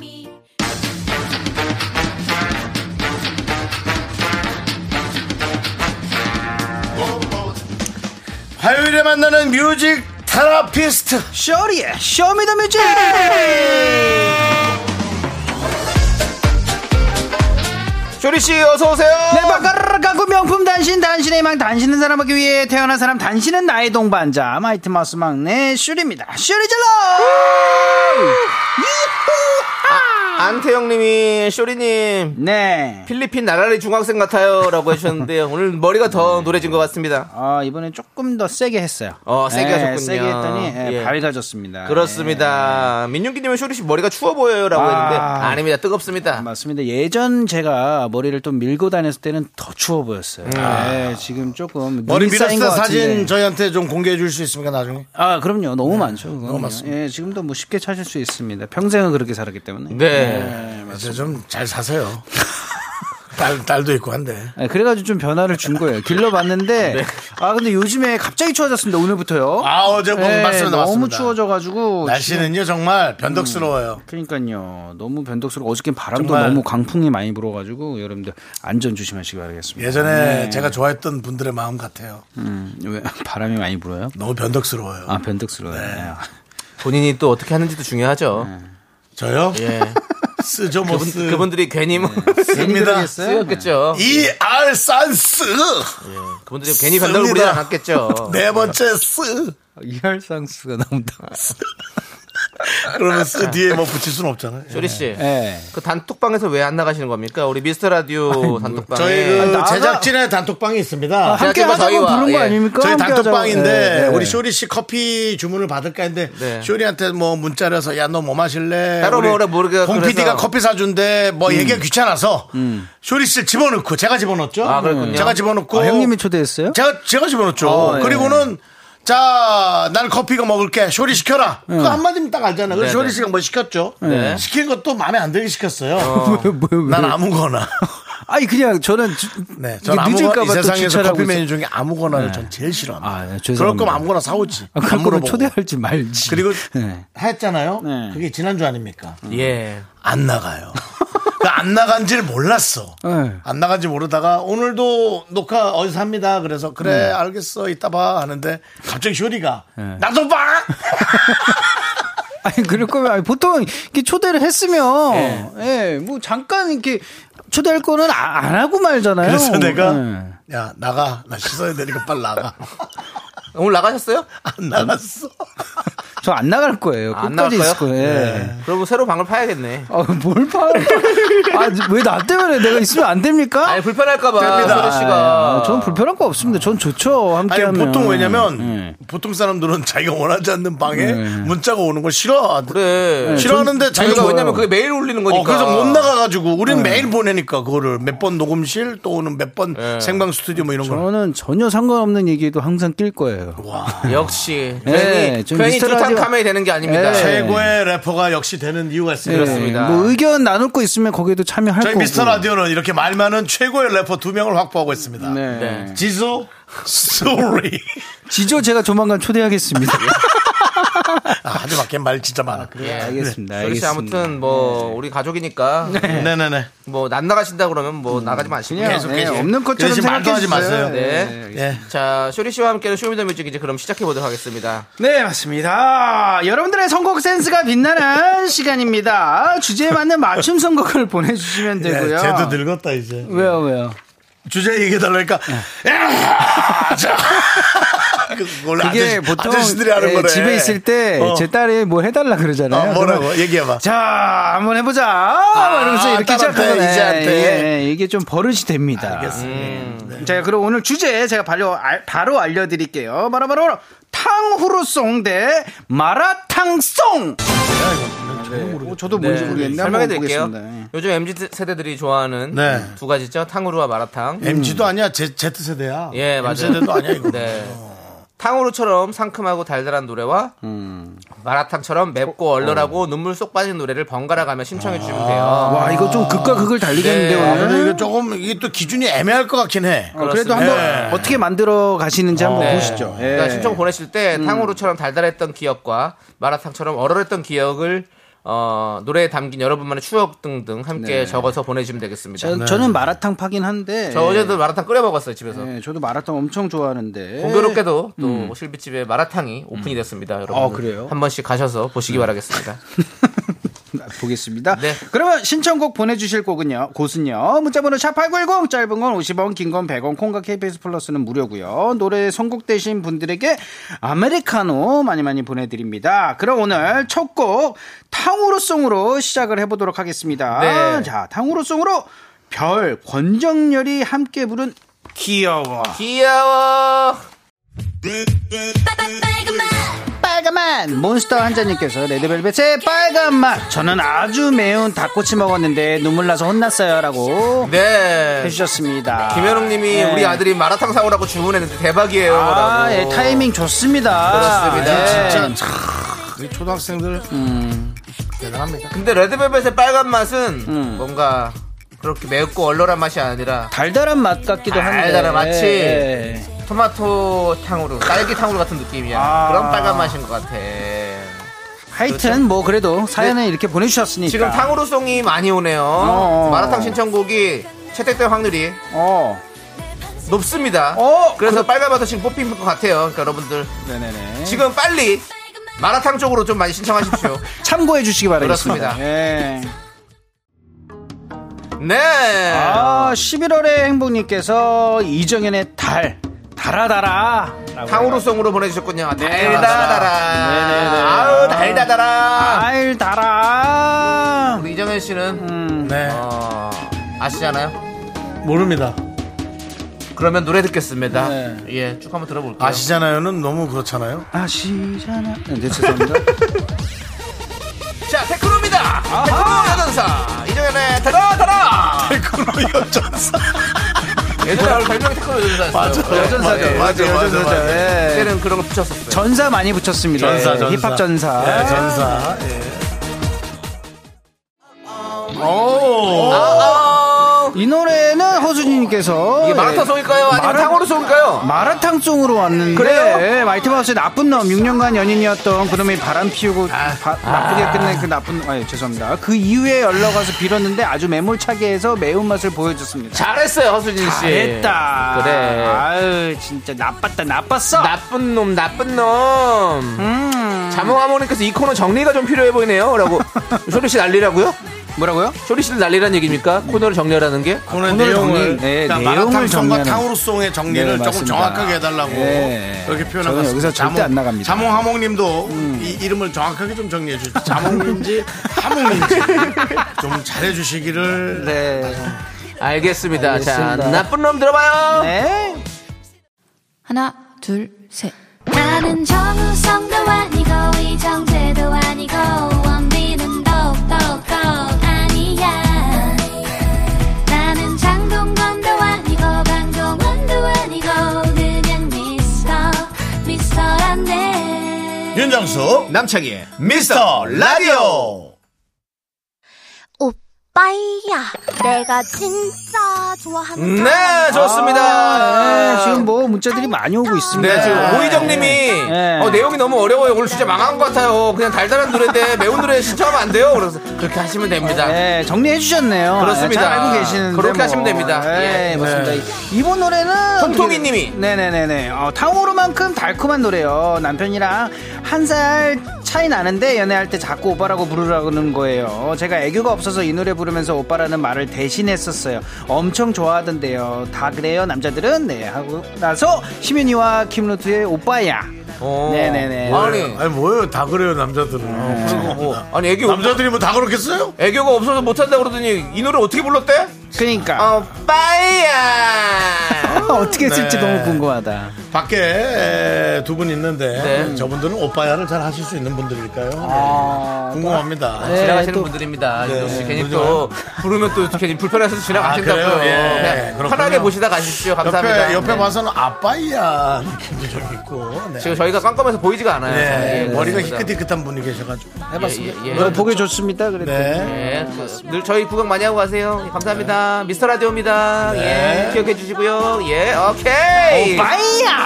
S5: me.
S1: 화요일에 만나는 뮤직 테라피스트.
S2: 쇼리의 쇼미더뮤직 쇼리씨 어서오세요
S8: 내 바깥을 가고 뭐, 명품 단신 단신의 망 단신은 사람하기 위해 태어난 사람 단신은 나의 동반자 마이트 마우스 막내 슈리입니다 슈리 예! 질러
S2: 안태영님이 쇼리님
S8: 아! 네
S2: 필리핀 나라리 중학생 같아요 라고 해주셨는데요 오늘 머리가 더 노래진 것 같습니다
S8: 어, 이번엔 조금 더 세게 했어요
S2: 어, 세게
S8: 예,
S2: 하셨군요.
S8: 세게 했더니 예,
S2: 예.
S8: 밝아졌습니다
S2: 그렇습니다 민윤기님은 쇼리씨 머리가 추워 보여요 라고
S8: 아.
S2: 했는데 아닙니다 뜨겁습니다
S8: 예, 맞습니다 예전 제가 머리를 좀 밀고 다녔을 때는 더 추워 보였어요 예, 지금 조금
S1: 머리
S8: 눈이
S1: 밀었을 때
S8: 쌓인 것 같은데.
S1: 사진 저희한테 좀 공개해 줄 수 있습니까, 나중에?
S8: 아 그럼요 너무 많죠 너무 많습니다 예, 지금도 뭐 쉽게 찾을 수 있습니다 평생을 그렇게 살았기 때문에
S2: 네
S1: 이제 좀 잘 사세요. 딸, 딸도 있고 한데.
S8: 네, 그래가지고 좀 변화를 준 거예요. 길러봤는데 아 근데 요즘에 갑자기 추워졌습니다. 오늘부터요.
S1: 아, 어제 뭐
S8: 네,
S1: 맞습니다,
S8: 너무
S1: 맞습니다.
S8: 추워져가지고
S1: 날씨는요, 정말 변덕스러워요.
S8: 그러니까요. 너무 변덕스럽고 어저께 바람도
S1: 정말.
S8: 너무 강풍이 많이 불어가지고 여러분들 안전 조심하시기 바라겠습니다.
S1: 예전에
S8: 네.
S1: 제가 좋아했던 분들의 마음 같아요.
S8: 음, 왜 [LAUGHS] 바람이 많이 불어요?
S1: 너무 변덕스러워요.
S8: 아 변덕스러워요. 네.
S2: 본인이 또 어떻게 하는지도 중요하죠
S1: 저요?
S2: 예.
S1: [LAUGHS] 쓰죠, 뭐 쓰.
S2: 그분들이 괜히 뭐 [LAUGHS]
S1: 씁니다.
S2: 쓰였겠죠
S1: 이알 산스.
S2: 그분들이 괜히 변덕을
S1: 씁니다.
S2: 부리지 않았겠죠
S1: 네 번째 쓰.
S8: 이혈상수가 나온다.
S1: 그러면 쓰 뒤에 뭐 붙일 수는 없잖아요.
S2: 쇼리씨
S1: 네.
S8: 예.
S2: 그 단톡방에서 왜 안 나가시는 겁니까? 우리 미스터
S8: 뭐,
S2: 라디오 단톡방에
S1: 저희 그
S8: 아, 나가- 아,
S1: 제작진의 단톡방이 있습니다.
S8: 함께
S2: 제가
S8: 하자고
S2: 저희와,
S8: 부른 거
S2: 예.
S8: 아닙니까?
S1: 저희
S8: 함께
S1: 단톡방인데
S8: 하자고. 예, 예.
S1: 우리 쇼리 씨 커피 주문을 받을까 했는데
S2: 네.
S1: 쇼리한테 뭐 문자를 해서 야 너 뭐 마실래?
S2: 따로 뭐라 모르게
S1: 홍
S2: 그래서. 음.
S1: PD가 커피 사준대 뭐 얘기가 귀찮아서 쇼리 씨를 집어넣고 제가 집어넣었죠.
S2: 아, 그랬군요.
S1: 제가 집어넣고
S8: 아, 형님이 초대했어요?
S1: 제가 제가 집어넣었죠.
S8: 어,
S2: 네.
S8: 예.
S1: 그리고는 자, 나는 커피가 먹을게. 쇼리 시켜라. 그 한마디면 딱 알잖아. 그래서
S2: 네,
S1: 쇼리
S2: 네.
S1: 씨가 뭐 시켰죠.
S2: 네.
S1: 시킨 것도 마음에 안 들게 시켰어요.
S8: 왜, 뭐, 왜, 왜?
S1: 난 아무거나.
S8: 아니 그냥 저는 주-
S1: 네, 전 아무거나
S8: 늦을까봐
S1: 이
S8: 또
S1: 세상에서
S8: 주차를 하고
S1: 커피
S8: 있어요.
S1: 메뉴 중에 아무거나를 전 제일 싫어합니다.
S8: 아, 네,
S1: 그럴
S8: 죄송합니다.
S1: 거면 아무거나 사오지.
S8: 아,
S1: 안
S8: 그럼
S1: 물어보고.
S8: 초대할지 말지.
S1: 그리고
S8: 네.
S1: 했잖아요.
S8: 네.
S1: 그게 지난주 아닙니까?
S2: 예.
S1: 안 나가요. 그안 나간 지를 몰랐어.
S8: 네.
S1: 안 나간지 모르다가 오늘도 녹화 어디서 합니다. 그래서 그래
S8: 네.
S1: 알겠어 이따 봐 하는데 갑자기 쇼리가 나도
S8: [LAUGHS]
S1: 봐.
S8: 아니 그럴 거면 아니, 보통 이렇게 초대를 했으면 예. 뭐 잠깐 이렇게 초대할 거는 아- 안 하고 말잖아요.
S1: 그래서 내가
S8: 예.
S1: 야 나가 나 씻어야 되니까 빨리 나가.
S8: 아,
S2: 오늘 나가셨어요?
S1: 안 나갔어.
S8: 저 안 나갈 거예요.
S2: 안
S8: 끝까지
S2: 나갈
S8: 있을
S2: 거예요?
S8: 거예요. 예.
S2: 그럼 새로 방을 파야겠네.
S8: 아, 뭘 봐. 아, 왜 나 때문에 내가 있으면 안 됩니까?
S2: 아니 불편할까봐
S1: 됩니다.
S2: 소리 씨가.
S8: 아, 저는 불편한 거 없습니다. 전 좋죠. 함께
S1: 아니
S8: 하면.
S1: 보통 왜냐면
S8: 예.
S1: 보통 사람들은 자기가 원하지 않는 방에 문자가 오는 걸 싫어.
S8: 예.
S2: 그래. 그러니까.
S1: 싫어하는데 자기가
S2: 저희가 왜냐면 그게 매일 올리는 거니까.
S1: 어, 그래서 못 나가가지고
S8: 예.
S1: 우리는 매일 보내니까 그거를 몇 번 녹음실 또 오는 몇 번 생방 스튜디오 뭐 이런 거.
S8: 저는 전혀 상관없는 얘기에도 항상 낄 거예요.
S1: 와
S2: 역시
S8: 예,
S2: 괜히
S8: 좀
S2: 괜히
S8: 미스터
S2: 두탕
S8: 라디오-
S2: 카메이 되는 게 아닙니다.
S8: 예.
S1: 최고의 래퍼가 역시 되는 이유가 있습니다.
S2: 그렇습니다.
S8: 뭐 의견 나눌 거 있으면 거기에도 참여할
S1: 저희
S8: 거고.
S1: 미스터 라디오는 이렇게 말 많은 최고의 래퍼 두 명을 확보하고 있습니다.
S8: 네.
S2: 네.
S1: 지소, 소리. [LAUGHS]
S8: 지조 제가 조만간 초대하겠습니다.
S1: 아, 하지 마. 걔말 진짜 많아.
S8: 예, 알겠습니다.
S1: 네.
S2: 쇼리 씨
S8: 알겠습니다. 예.
S2: 아무튼 뭐 우리 가족이니까
S1: 네네네.
S2: 뭐 난 나가신다 그러면 뭐
S8: 음,
S2: 나가지 마시고요.
S8: 그냥 네, 없는 것처럼
S1: 그러지 말도
S8: 생각해
S1: 하지
S8: 주세요.
S1: 마세요.
S2: 네.
S1: 예.
S2: 자, 쇼리 씨와 함께하는 쇼미더뮤직 이제 그럼 시작해 보도록 하겠습니다.
S8: 네, 맞습니다. 여러분들의 선곡 센스가 빛나는 [LAUGHS] 시간입니다. 주제에 맞는 맞춤 선곡을 보내주시면 되고요.
S1: 예, 쟤도 늙었다 이제.
S8: 왜요, 왜요?
S1: 주제 얘기해달라니까.
S6: 네. [LAUGHS]
S1: 야! 자. 그- 원래
S6: 이게
S1: 아저씨,
S6: 보통
S1: 아저씨들이 하는
S6: 예,
S1: 거래.
S6: 집에 있을 때 제
S1: 어.
S6: 딸이 뭐 해달라 그러잖아요.
S1: 어, 뭐라고
S6: 그러면
S1: 얘기해봐.
S8: 자, 한번 해보자. 아, 이러면서 이렇게
S1: 딸한테,
S8: 시작하거든요.
S1: 이제한테.
S8: 예, 이게 좀 버릇이 됩니다. 예.
S1: 알겠습니다. 네.
S8: 자, 그럼 오늘 주제 제가 바로, 알- 바로 알려드릴게요. 바로바로 탕후루송 대 마라탕송! 어, 저도 뭔지 모르겠네요.
S2: 설명해
S8: 한번
S2: 드릴게요.
S8: 보겠습니다. 예.
S2: 요즘 MZ 세대들이 좋아하는
S1: 네.
S2: 두 가지죠. 탕후루와 마라탕.
S8: 예.
S1: MG도 아니야. Z, Z세대야.
S2: 예, 맞아요.
S1: M세대도 아니야, 이거.
S2: 네. 탕후루처럼 상큼하고 달달한 노래와
S8: 음.
S2: 마라탕처럼
S8: 어.
S2: 맵고 얼얼하고 눈물 쏙 빠진 노래를 번갈아 가며 신청해 주시면 돼요.
S6: 와 이거 좀 극과 극을 달리겠는데
S2: 네. 아,
S6: 요
S1: 아, 근데 이거 조금, 이게 또 기준이 애매할 것 같긴 해.
S8: 어, 그래도
S2: 그렇습니다.
S8: 한번
S1: 예.
S8: 어떻게 만들어 가시는지 한번
S2: 네.
S8: 보시죠. 예. 음.
S2: 그러니까 신청 보내실 때 탕후루처럼 달달했던 기억과 마라탕처럼 얼얼했던 기억을 어, 노래에 담긴 여러분만의 추억 등등 함께
S8: 네.
S2: 적어서 보내주시면 되겠습니다.
S8: 저,
S1: 네.
S8: 저는 마라탕 파긴 한데.
S2: 저 어제도 마라탕 끓여 먹었어요 집에서.
S8: 예, 저도 마라탕 엄청 좋아하는데. [LAUGHS]
S2: 공교롭게도 또 실비집에 마라탕이 오픈이 됐습니다, 여러분.
S8: 예. 음. 아, 그래요? 네.
S2: 한 번씩 가셔서 보시기 바라겠습니다. [LAUGHS]
S8: 아, 보겠습니다.
S2: 네.
S8: 그러면 신청곡 보내주실 곡은요, 곳은요, 문자번호 샵8910, 짧은 건 50원, 긴 건 100원, 콩과 KBS 플러스는 무료고요 노래 선곡되신 분들에게 아메리카노 많이 많이 보내드립니다. 그럼 오늘 첫 곡 탕후루송으로 시작을 해보도록 하겠습니다.
S2: 네.
S8: 자, 탕후루송으로 별, 권정열이 함께 부른 귀여워.
S2: 귀여워.
S8: 빨간맛 몬스터 한자님께서 레드벨벳의 빨간맛 저는 아주 매운 닭꼬치 먹었는데 눈물 나서 혼났어요 라고 [LAUGHS]
S2: 네.
S8: 해주셨습니다
S2: 김현웅님이
S8: 네.
S2: 우리 아들이 마라탕 사오라고 주문했는데 대박이에요.
S8: 아,
S2: 라고.
S8: 예, 타이밍 좋습니다 예.
S2: 그렇습니다.
S1: 진짜, 참, 이 초등학생들.
S8: 음,
S1: 대단합니다.
S2: 근데 레드벨벳의 빨간 맛은
S8: 음.
S2: 뭔가 그렇게 맵고 얼얼한 맛이 아니라
S8: 달달한 맛 같기도 한데
S2: 달달한 마치
S8: 예.
S2: 토마토 탕후루, 딸기 탕후루 같은 느낌이야.
S8: 아. 그러니까.
S2: 그런 빨간 맛인 것 같아.
S8: 하여튼 뭐 그래도 사연을 이렇게 보내주셨으니까
S2: 그렇죠. 네. 지금 탕후루송이 많이 오네요.
S8: 어.
S2: 마라탕 신청곡이 채택될 확률이
S8: 어.
S2: 높습니다.
S8: 어,
S2: 그래서 빨간 맛도 지금 뽑힌 것 같아요. 그러니까 여러분들
S8: 네네네.
S2: 지금 빨리 마라탕 쪽으로 좀 많이 신청하십시오.
S8: 참고해 주시기 바라겠습니다
S2: 그렇습니다.
S8: 예.
S2: 네.
S8: 아, 11월의 행복님께서 이정현의 달 달아달아
S2: 탕후루송으로 보내주셨군요.
S8: 네네.
S2: 달다달아. 아우 달다달아.
S8: 알 달아. 음,
S2: 우리 이정현 씨는
S1: 네.
S2: 어, 아시잖아요.
S1: 모릅니다.
S2: 그러면 노래 듣겠습니다.
S8: 네.
S2: 예, 쭉 한번 들어볼게요.
S1: 아시잖아요는 너무 그렇잖아요. [LAUGHS]
S8: 아시잖아. 네,
S2: [LAUGHS]
S8: 죄송합니다.
S2: 자, 테크노입니다. 테크노 여전사 이정현의 달다달아.
S1: 그로 여전사.
S2: 예전에 우리 별명이 테크노 여전사였어요.
S1: 여전사죠.
S2: 예,
S1: 맞아, 맞아, 맞아.
S2: 그때는 그런 거 붙였었어요.
S8: 전사 많이 붙였습니다.
S1: 전사,
S8: 예,
S1: 전사.
S8: 힙합
S6: 아.
S8: 전사.
S1: 예, 전사.
S8: 이 노래는 허수진님께서 예,
S2: 이게 예. 마라탕송일까요? 아니면 탕후루송일까요?
S8: 마라탕송으로 왔는데
S2: 그래요?
S8: 예, 마이트마우스의 나쁜 놈 6년간 연인이었던 그놈이 바람 피우고
S2: 아.
S8: 바- 나쁘게 끝낸 그 나쁜 아 예, 죄송합니다 그 이후에 연락와서 빌었는데 아주 매몰차게 해서 매운맛을 보여줬습니다
S2: 잘했어요, 허수진 씨.
S8: 잘했다
S2: 그래.
S8: 아유 진짜 나빴다 나빴어
S2: 나쁜 놈, 나쁜 놈.
S8: 음.
S2: 자몽하모님께서 이 코너 정리가 좀 필요해 보이네요.
S8: [LAUGHS]
S2: 라고. 쇼리 씨 난리라고요?
S8: 뭐라고요?
S2: 쇼리 씨는 난리란 얘기입니까? 코너를 정리하라는 게?
S1: 오늘
S8: 오늘
S1: 내용을
S8: 정리, 네,
S1: 일단
S8: 내용을
S1: 마라탕송과
S8: 정리하는-
S1: 탕후루송의 정리를
S8: 네,
S1: 조금
S8: 맞습니다.
S1: 정확하게 해달라고
S8: 예.
S1: 그렇게 표현한
S8: 저는
S1: 것 같습니다.
S8: 여기서 절대 안 나갑니다. 음.
S1: 자몽 하몽님도 이 이름을 정확하게 좀 정리해 주시죠. 자몽인지
S8: [LAUGHS]
S1: 하몽인지 좀 잘해주시기를.
S8: 네.
S2: 알겠습니다. 자,
S8: 알겠습니다.
S2: 나쁜 놈 들어봐요.
S8: 네.
S5: 하나, 둘, 셋. 나는 정우성도 아니고, 이정재도 아니고, 원빈은 더욱더 아니야. 나는 장동건도 아니고, 강동원도 아니고, 그냥 미스터, 미스터란데.
S7: 윤정수 남창희의 미스터 라디오
S5: 오빠 빠이야 내가 진짜 좋아하는 사람.
S2: 네, 좋습니다.
S8: 네, 지금 뭐 문자들이 많이 오고 있습니다.
S2: 네, 지금 오희정님이
S8: 네.
S2: 어, 내용이 너무 어려워요. 오늘 진짜 망한 것 같아요. 그냥 달달한 노래인데 매운 노래 신청하면 안 돼요. 그래서 그렇게 하시면 됩니다.
S8: 네, 정리해 주셨네요.
S2: 그렇습니다.
S8: 잘 알고 계시는데
S2: 그렇게
S8: 뭐.
S2: 하시면 됩니다.
S8: 네,
S2: 예.
S8: 맞습니다.
S2: 네.
S8: 이번 노래는
S2: 통통이님이.
S8: 네네네네. 어, 타오르만큼 달콤한 노래요. 남편이랑 한 살 차이 나는데 연애할 때 자꾸 오빠라고 부르라는 거예요. 제가 애교가 없어서 이 노래 부르면서 오빠라는 말을 대신했었어요. 엄청 좋아하던데요. 다 그래요, 남자들은 네 하고 나서 시민이와 김루트의 오빠야.
S2: 어.
S8: 네네네.
S2: 아니,
S1: 아니 뭐예요? 다 그래요 남자들은. 어, 그리고 뭐
S2: 아니 애교
S1: 남자들이 뭐 다 그렇겠어요?
S2: 애교가 없어서 못한다 그러더니 이 노래 어떻게 불렀대?
S1: 아.
S8: 그러니까
S2: 어, 빠이야.
S8: [LAUGHS] 어떻게 했을지
S1: 네.
S8: 너무 궁금하다.
S1: 밖에 두 분 있는데
S2: 네.
S1: 저분들은 오빠야를 잘 하실 수 있는 분들일까요?
S2: 아,
S1: 네. 궁금합니다.
S2: 지나가시는
S8: 또-
S2: 분들입니다. 윤정 씨
S1: 네,
S2: 괜히
S1: 그러죠.
S2: 또 부르면 또 괜히 불편해서 지나가신다고요.
S1: 아, 그래요? 예,
S2: 그냥
S1: 그렇군요.
S2: 편하게 보시다 가십시오. 감사합니다.
S1: 옆에 옆에
S2: 네.
S1: 봐서는 아빠야 느낌도 좀 있고. 네.
S2: 지금 저희가 깜깜해서 보이지가 않아요.
S1: 네,
S2: 예,
S1: 머리가
S2: 그렇습니다.
S1: 희끗희끗한 분이 계셔가지고.
S2: 해봤습니다. 예, 예,
S8: 너 어, 보기 좋습니다. 그래도.
S1: 네.
S2: 예, 그, 늘 저희 구경 많이 하고 가세요. 예, 감사합니다. 미스터 라디오입니다.
S1: 네.
S2: 예, 기억해 주시고요. 예, 오케이.
S8: 빠이야!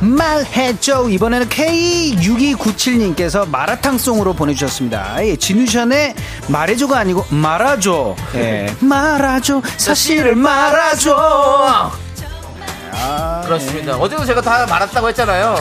S8: 말해줘 이번에는 K6297님께서 마라탕송으로 보내주셨습니다 예, 진우션의 말해줘가 아니고 말아줘 예, 말아줘 사실을 말아줘
S2: 그렇습니다. 어제도 제가 다 말았다고
S1: [LAUGHS]
S2: 했잖아요.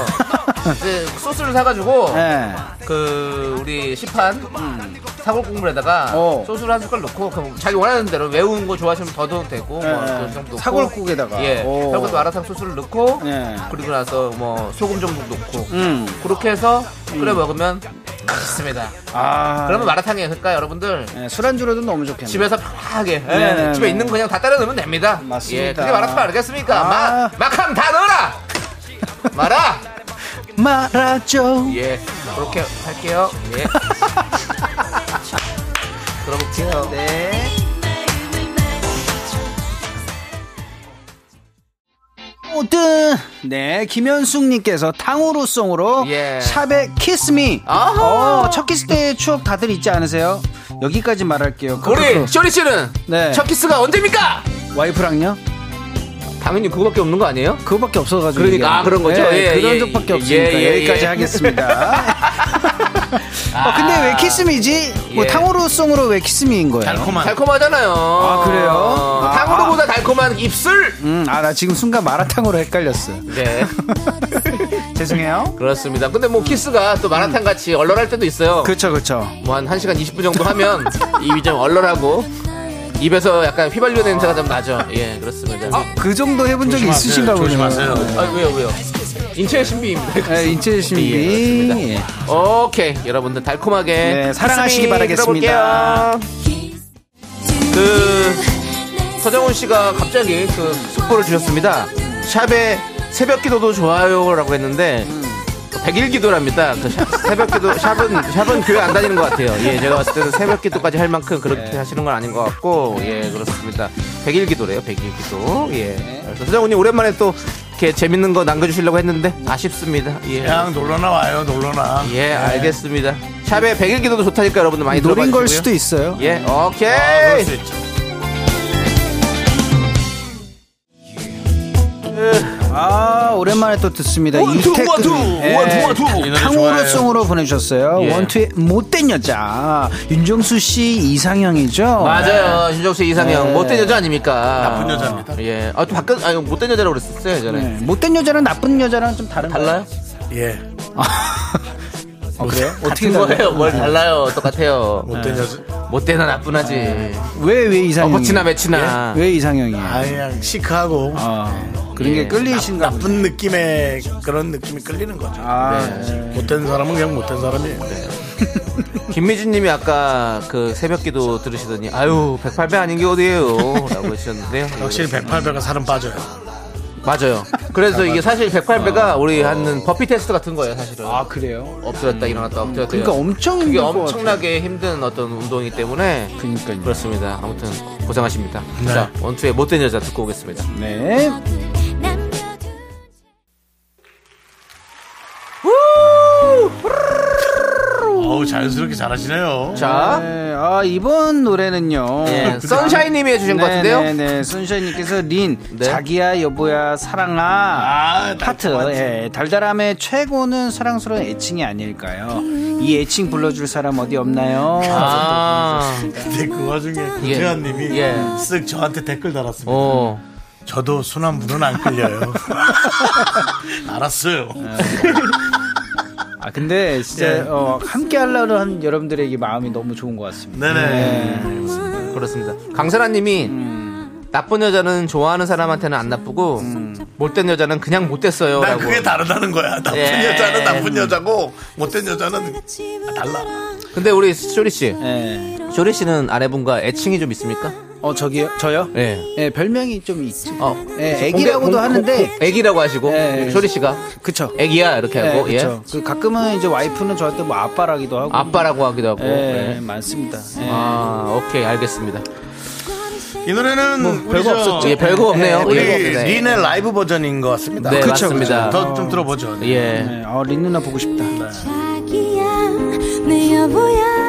S2: 이제 소스를 사가지고
S1: 네.
S8: 예.
S2: 그 우리 시판 음, 사골 국물에다가
S8: 어.
S2: 소스를 한 숟갈 넣고 그럼 자기 원하는 대로 매운 거 좋아하시면 더 넣어도 되고 뭐
S8: 예.
S2: 그런 정도
S8: 사골국에다가.
S2: 예
S8: 오.
S2: 사골국 마라탕 소스를 넣고
S8: 예.
S2: 그리고 나서 뭐 소금 정도 넣고
S8: 음.
S2: 그렇게 해서 끓여 먹으면 맛있습니다.
S8: 아,
S2: 그러면 마라탕이에요. 그러니까 여러분들
S8: 예, 술안주로도 너무 좋겠네요
S2: 집에서 편하게 예,
S8: 네네네.
S2: 집에 있는 거 그냥 다 따라 넣으면 됩니다.
S8: 맞습니다.
S2: 예, 그게 마라탕 아니겠습니까?
S8: 아.
S2: 마, 막함 다
S8: [LAUGHS]
S2: 넣어라. 마라.
S8: 말아줘
S2: 예, 그렇게 할게요. 예. 들어볼게요.
S8: 네. 모든 네 김현숙님께서 탕후루송으로
S2: 예.
S8: 샵의 키스미
S2: 아하.
S8: 어, 첫 키스 때의 추억 다들 잊지 않으세요? 여기까지 말할게요.
S2: 우리
S8: 크크크.
S2: 쇼리 씨는
S8: 네.
S2: 첫 키스가 언제입니까?
S8: 와이프랑요?
S2: 당연히 그거밖에 없는 거 아니에요?
S8: 그거밖에 없어가지고
S2: 그러니까,
S8: 얘기하는
S2: 아, 그런 거죠?
S8: 예,
S2: 예,
S8: 그런
S2: 예,
S8: 적밖에
S2: 예,
S8: 없으니까
S2: 예, 예. [LAUGHS]
S8: 여기까지 하겠습니다. 아, 근데 왜 키스미지? 뭐
S2: 예.
S8: 탕후루송으로 왜 키스미인 거예요?
S1: 달콤한.
S2: 네. 달콤하잖아요. 아
S8: 그래요? 아,
S2: 탕후루보다 달콤한 입술.
S8: 음, 아 나 지금 순간 마라탕으로 헷갈렸어.
S2: 네,
S8: [LAUGHS] 죄송해요.
S2: 그렇습니다. 근데 뭐 키스가 또 마라탕 같이 얼얼할 때도 있어요.
S8: 그쵸 그쵸.
S2: 뭐 한 1시간 20분 정도 하면 [LAUGHS] 입이 좀 얼얼하고 입에서 약간 휘발유 냄새가 좀 나죠. 예, 그렇습니다. 아,
S8: 그 정도 해본 적이 있으신가 보네요.
S1: 조심하세요.
S2: 왜요, 왜요? 인체의 [LAUGHS] 신비입니다.
S8: 네, 인체 신비. 예.
S2: 오케이 여러분들 달콤하게
S8: 네, 사랑하시기
S2: 가슴이
S8: 바라겠습니다.
S2: 들어볼게요. 그 서정훈 씨가 갑자기 그 속보를 주셨습니다. 샵에 새벽 기도도 좋아요라고 했는데 100일 기도랍니다. 그 샵- 새벽 기도 샵은 샵은 교회 안 다니는 것 같아요. 예, 제가 봤을 때는 새벽 기도까지 할 만큼
S8: 네.
S2: 그렇게 하시는 건 아닌 것 같고 예, 그렇습니다. 100일 기도래요. 100일 기도. 예.
S8: 네.
S2: 그래서 서정훈 님 오랜만에 또 이렇게 재밌는 거 남겨 주시려고 했는데
S8: 음.
S2: 아쉽습니다. 예.
S8: 네.
S1: 그냥 놀러 나와요, 놀러 나. 네.
S2: 예, 알겠습니다. 샵에 100일 기도도 좋다니까 여러분들 많이
S8: 노린 걸 수도
S2: 들어봐주시고요.
S8: 있어요.
S2: 예, 오케이.
S1: 그럴 수 있죠.
S8: 아, 오랜만에 또 듣습니다. 이태근. 예.
S1: 이 노래 좋아요.
S8: 탕후루송으로 보내주셨어요.
S2: 예.
S8: 원투의 못된 여자. 윤정수 씨 이상형이죠?
S2: 맞아요. 윤정수 이상형
S8: 어. 네.
S2: 못된 여자 아닙니까? 나쁜
S1: 여자입니다.
S2: 예. 아, 또 바꾼 아니 못된 여자라고 그랬었어요, 예전에.
S8: 네. 못된 여자랑 나쁜 여자랑 좀 다른
S2: 달라요?
S1: 예.
S2: 아.
S8: 어, 그래요?
S2: 같은
S8: 어떻게 달라요?
S2: 거예요. 뭘 달라요? 똑같아요.
S1: 못된 여자.
S2: 못되나 나쁘나지. 어,
S8: 왜, 왜 네. 이상형이? 예?
S2: 어버치나 매치나.
S8: 왜 이상형이에요?
S1: 아, 그냥 시크하고.
S8: 아, 그런
S2: 예.
S8: 게 끌리신가 보다.
S1: 나쁜 느낌의 그런 느낌이 끌리는 거죠.
S8: 아,
S2: 네.
S1: 못된 사람은 그냥 못된 사람이에요.
S2: 김미진님이 아까 그 새벽기도 들으시더니 아유 108배 아닌 게 어디예요?라고 하셨는데요.
S1: 확실히 108배가 살은 빠져요.
S2: 맞아요. 그래서 이게 사실 108배가 우리 하는 버피 테스트 같은 거예요, 사실은.
S8: 아, 그래요?
S2: 엎드렸다 일어났다 엎드렸다.
S8: 그러니까
S2: 일어났다.
S8: 엄청
S2: 그게
S8: 힘들 것
S2: 엄청나게 힘든 어떤 운동이기 때문에
S8: 그니까요.
S2: 그렇습니다. 아무튼 고생하십니다. 자 원투의 못된 여자 듣고 오겠습니다.
S8: 네.
S1: 어우, 어우, 자연스럽게 잘하시네요.
S2: 자,
S8: 네, 아, 이번 노래는요. [LAUGHS]
S2: 예, 선샤인님이 해주신 것
S8: 네,
S2: 같은데요.
S8: 네. 순샤님께서 린
S2: 네.
S8: 자기야 여보야 사랑아
S1: 아,
S8: 파트 예, 달달함의 최고는 사랑스러운 애칭이 아닐까요? 이 애칭 불러줄 사람 어디 없나요?
S2: 아,
S1: 근데 그 와중에
S2: 예.
S1: 김재환님이
S2: 예.
S1: 쓱 저한테 댓글 달았습니다.
S2: 어,
S1: 저도 순환부는 안 끌려요. [LAUGHS] 알았어요.
S8: 아 근데 진짜
S1: 예.
S2: 네.
S8: 어, 함께 하려는 한 여러분들에게 마음이 너무 좋은 것 같습니다.
S1: 네네.
S2: 그렇습니다. 강선아님이
S8: 음.
S2: 나쁜 여자는 좋아하는 사람한테는 안 나쁘고 못된 여자는 그냥
S1: 난
S2: 못됐어요라고.
S1: 그게 다르다는 거야. 나쁜
S2: 예.
S1: 여자는 나쁜 여자고 못된 여자는 아, 달라.
S2: 근데 우리 쇼리 씨,
S8: 예.
S2: 쇼리 씨는 아내분과 애칭이 좀 있습니까?
S8: 어 저기요 저요?
S2: 예.
S8: 예, 별명이 좀 있죠.
S2: 어,
S8: 예, 애기라고도
S2: 공개- 공-
S8: 하는데
S2: 공- 애기라고 하시고
S8: 예.
S2: 쇼리 씨가
S8: 그쵸.
S2: 애기야 이렇게 하고
S8: 예,
S2: 예.
S8: 그쵸. 그 가끔은 이제 와이프는 저한테 뭐 아빠라기도 하고
S2: 아빠라고 하기도 하고.
S8: 예,
S2: 예.
S8: 많습니다. 예.
S2: 아, 오케이, 알겠습니다.
S1: 이 노래는 우리 저-
S2: 별거 없었죠. 예, 별거 없네요.
S1: 우리
S2: 예, 별거 없네.
S1: 린의 라이브 버전인 것 같습니다.
S2: 네, 맞습니다.
S1: 더좀 들어보죠.
S2: 예.
S8: 네, 어, 린 누나 보고 싶다.
S5: 네. 자기야 내 여보야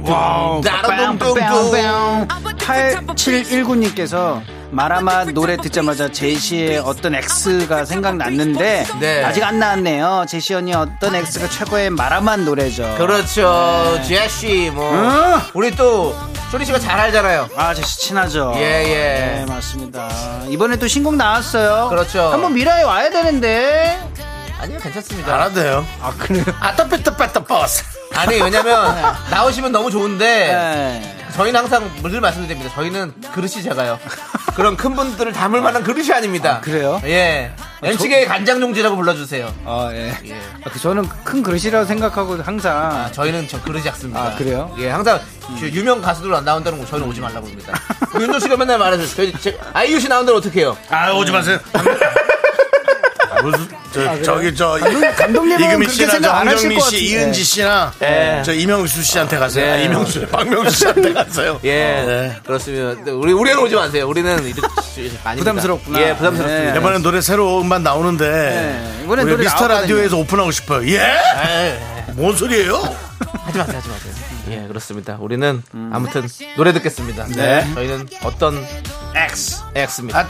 S5: 내
S1: 와우.
S8: 뿅뿅뿅. 8719님께서 마라마 노래 듣자마자 제시의 어떤 X가 생각났는데
S2: 네.
S8: 아직 안 나왔네요. 제시 언니 어떤 X가 최고의 마라만 노래죠.
S2: 그렇죠. 제시, 뭐.
S8: 어?
S2: 우리 또, 쇼리 씨가 잘 알잖아요.
S8: 아 제시 친하죠.
S2: 예, 예.
S8: 네, 맞습니다. 이번에 또 신곡 나왔어요.
S2: 그렇죠.
S8: 한번 미라에 와야 되는데.
S2: 아니요, 괜찮습니다.
S1: 알아대요. 아, 그래요? 아따빼따 빼따 버스.
S2: 아니,
S8: [LAUGHS]
S2: 왜냐면, 나오시면 너무 좋은데,
S8: 네.
S2: 저희는 항상 늘 말씀드립니다. 저희는 그릇이 작아요. 그런 큰 분들을 담을 만한 그릇이 아닙니다.
S8: 그래요?
S2: 예. MC계의 간장용지라고 불러주세요.
S8: 아 예. 아, 그 저는 큰 그릇이라고 생각하고 항상
S2: 아, 저희는 저 그릇이 작습니다.
S8: 아, 그래요?
S2: 예, 항상 그 유명 가수들 안 나온다는 거 저희는 오지 말라고 합니다. 윤조 씨가 맨날 말하죠. 저희 제- 아이유 씨 나온다면 어떡해요?
S1: 아, 오지 마세요. 아, 무슨, 저, 저기, 저,
S8: 감독님은
S1: 이금희
S8: 그렇게
S1: 씨나 저
S8: 생각 안 하실
S1: 황정민
S8: 것
S1: 씨,
S8: 같은데.
S1: 이은지 씨나 저 이명수 씨한테 가세요. 아,
S2: 네.
S1: 이명수, 박명수 씨한테 가세요.
S2: 예,
S1: 네.
S2: 그렇습니다. 우리 우리는 오지 마세요. 우리는
S1: [LAUGHS]
S2: 이렇게 아닙니다.
S8: 부담스럽구나.
S2: 예, 부담스럽습니다.
S8: 네.
S1: 이번에 노래 새로 음반 나오는데
S8: 네,
S1: 우리
S8: 이번에 노래
S1: 미스터
S8: 나왔거든요.
S1: 라디오에서 오픈하고 싶어요. 예? 뭔 소리예요?
S2: 하지 마세요, 하지 마세요. 예, 그렇습니다. 우리는
S1: 음.
S2: 아무튼 노래 듣겠습니다. 네. 저희는 어떤 X X입니다.
S1: 아,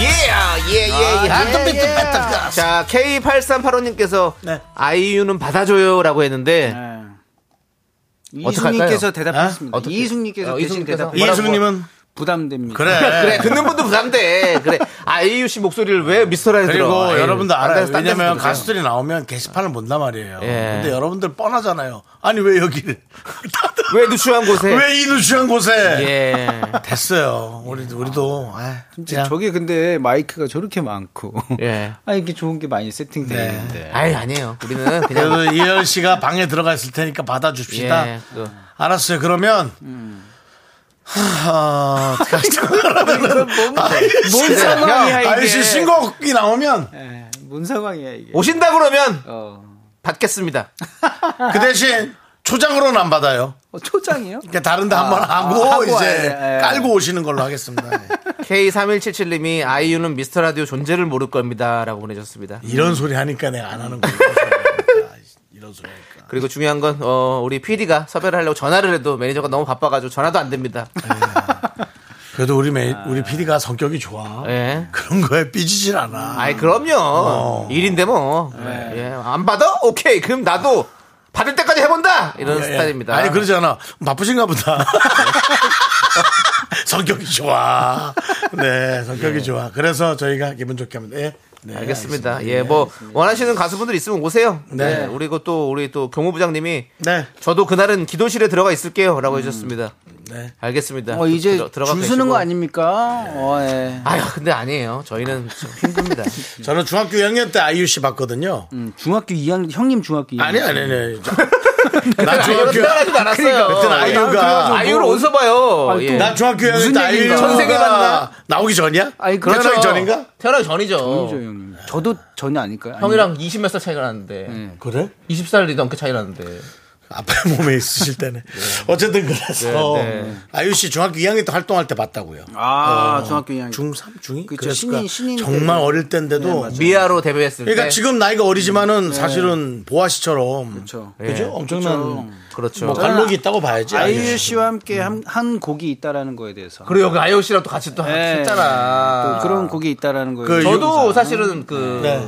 S2: 예, 예, 예,
S1: 아,
S2: 예. 자, K8385님께서
S1: 네.
S2: 아이유는 받아줘요라고 했는데
S8: 네.
S2: 어떡할까요?
S8: 이승님께서 대답했습니다.
S2: 어떻게?
S8: 아? 이승님께서
S2: 어,
S8: 대신
S2: 이승님께서?
S8: 대답.
S2: 뭐라고?
S1: 이예수님은
S8: 부담됩니다.
S1: 그래.
S2: 그래 듣는 분도 부담돼. 그래 아이유 씨 목소리를 왜 미스터라에 들어?
S1: 그리고
S2: 아유,
S1: 여러분도
S2: 딴
S1: 알아요.
S2: 데서, 딴 데서
S1: 왜냐면
S2: 들으세요.
S1: 가수들이 나오면 게시판을 본단 말이에요.
S2: 예.
S1: 근데 여러분들 뻔하잖아요. 아니 왜 여기를? 다들
S2: [LAUGHS] 왜 누추한 곳에?
S1: 왜 이 누추한 곳에?
S2: 예.
S1: 됐어요. 우리 우리도 아, 그냥
S6: 저게 근데 마이크가 저렇게 많고.
S8: [LAUGHS]
S2: 예.
S6: 아, 이게 좋은 게 많이 세팅돼
S1: 네.
S6: 있는데.
S2: 아유 아니에요. 우리는 그냥
S1: 그래도 이현 씨가 방에 들어가 있을 테니까 받아줍시다.
S2: 예. 그,
S1: 알았어요. 그러면 하, 어떻게 하죠? 그러면은 아이유 씨-
S2: 그래, 형,
S1: 아이유 씨 신곡이 나오면 그
S8: 네.
S6: 예, 뭔 상황이야, 이게.
S2: 오신다 그러면
S6: 어.
S2: 받겠습니다.
S1: 그 대신 초장으로는 안 받아요.
S6: 어, 초장이요?
S1: 그러니까 다른데 한번 하고,
S6: 하고 와야
S1: 이제
S6: 돼. 예.
S1: 깔고 오시는 걸로 하겠습니다. 예.
S2: K3177님이 아이유는 미스터 라디오 존재를 모를 겁니다라고 보내셨습니다.
S1: 이런 소리 하니까 내가 안 하는 거예요. 이런 소리 하니까.
S2: 그리고 중요한 건 어, 우리 PD가 섭외를 하려고 전화를 해도 매니저가 너무 바빠가지고 전화도 안 됩니다.
S1: 그래도 우리 매, 우리 PD가 성격이 좋아.
S2: 예.
S1: 그런 거에 삐지질 않아.
S2: 아이 그럼요 일인데 뭐안 받아 오케이 그럼 나도 받을 때까지 해본다 이런
S1: 예, 예.
S2: 스타일입니다
S1: 아니 그러지 않아. 바쁘신가 보다. [LAUGHS] 성격이 좋아. 네, 성격이 좋아. 그래서 저희가 기분 좋게 하면 돼. 네,
S2: 알겠습니다 예 뭐 원하시는 가수분들 있으면 오세요
S1: 네.
S2: 네 그리고 또 우리 또 경호부장님이
S1: 네.
S2: 저도 그날은 기도실에 들어가 있을게요라고 해주셨습니다
S1: 네.
S2: 알겠습니다
S8: 어, 이제
S2: 들어- 들어가
S8: 줄 서는
S2: 계시고.
S8: 거 아닙니까? 어, 예.
S2: 아유 근데 아니에요 저희는 좀 힘듭니다
S1: 저는 중학교 2학년 때 아이유 씨 봤거든요.
S8: 음, 중학교 2학년, 형님 중학교 2학년.
S1: 아니, 아니, 아니. 나
S2: 아이유는
S1: 중학교,
S2: 태어나지도 않았어요 예.
S1: 그땐 아이유가
S2: 아이유를 어디서 봐요 예.
S1: 나 중학교
S8: 무슨
S1: 2학년 때
S8: 얘기인가?
S1: 아이유가
S2: 전생에 만나?
S1: 나오기 전이야?
S8: 아니, 그렇죠.
S1: 태어나기 전인가?
S2: 태어나기 전이죠
S8: 그죠, 형님. 저도 전혀 아닐까요? 아니,
S2: 형이랑 20몇 살 차이가 나는데
S1: 네. 그래?
S2: 20살이 넘게 차이 나는데
S1: 아빠 몸에 있으실 때는. 어쨌든 그래서
S2: 네, 네.
S1: 아유 씨 중학교 2학년 때 활동할 때 봤다고요.
S8: 아, 중학교
S2: 음.
S8: 2학년.
S1: 중3 중2 그랬을
S8: 그쵸,
S1: 거야.
S8: 신인- 신인
S1: 그러니까 정말 어릴
S2: 네,
S1: 때인데도
S2: 미아로 데뷔했을
S1: 그러니까
S2: 때.
S1: 지금 나이가
S2: 네.
S1: 어리지만은 사실은 보아 씨처럼 그렇죠.
S2: 예.
S1: 엄청난
S2: 그렇죠.
S1: 뭐 관록이 있다고 봐야지. 아유
S8: 아이유
S1: 씨.
S8: 씨와 함께 한, 한 곡이 있다라는 거에 대해서.
S2: 그리고 그 아이오씨랑 또 같이 또
S8: 네.
S2: 했잖아.
S8: 또 그런 곡이 있다라는 거에
S1: 그
S8: 대해서.
S2: 저도 사실은 그
S1: 네.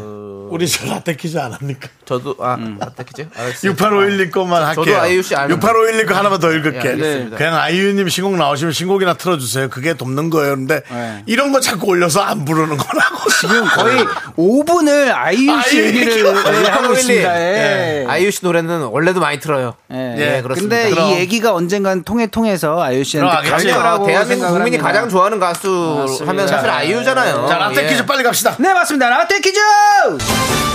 S1: 우리 저 라떼 퀴즈 안
S2: [LAUGHS]
S1: 합니까?
S2: 저도 아 어떻게죠? 알았어요.
S1: 6851님 것만 할게요.
S2: 아이유 씨 아는-
S1: 6851님 거 하나만 더
S2: 예,
S1: 읽을게.
S2: 알겠습니다.
S1: 그냥 아이유님 신곡 나오시면 신곡이나 틀어주세요. 그게 돕는 거예요. 근데
S8: 네.
S1: 이런 거 자꾸 올려서 안 부르는 거라고.
S8: 지금 거의 5분을 아이유 씨
S1: 아이유
S2: 네,
S8: 얘기를
S1: 얘기만
S8: 예, 하고
S2: 하고
S8: 있습니다.
S2: 있니?
S8: 예.
S2: 네. 아이유씨 노래는 원래도 많이 틀어요.
S8: 예.
S2: 예, 그렇습니다.
S8: 근데
S2: 그럼.
S8: 이 얘기가 언젠간 통해 통해서 아이유 씨한테
S1: 그럼
S8: 갈
S1: 알겠죠.
S8: 거라고
S2: 대한민국
S8: 생각을
S2: 국민이
S8: 합니다.
S2: 가장 좋아하는 가수 하면 사실
S1: [LAUGHS]
S2: 아이유잖아요.
S1: 자, 라떼
S2: 예.
S1: 퀴즈 빨리 갑시다.
S8: 네 맞습니다 라떼 퀴즈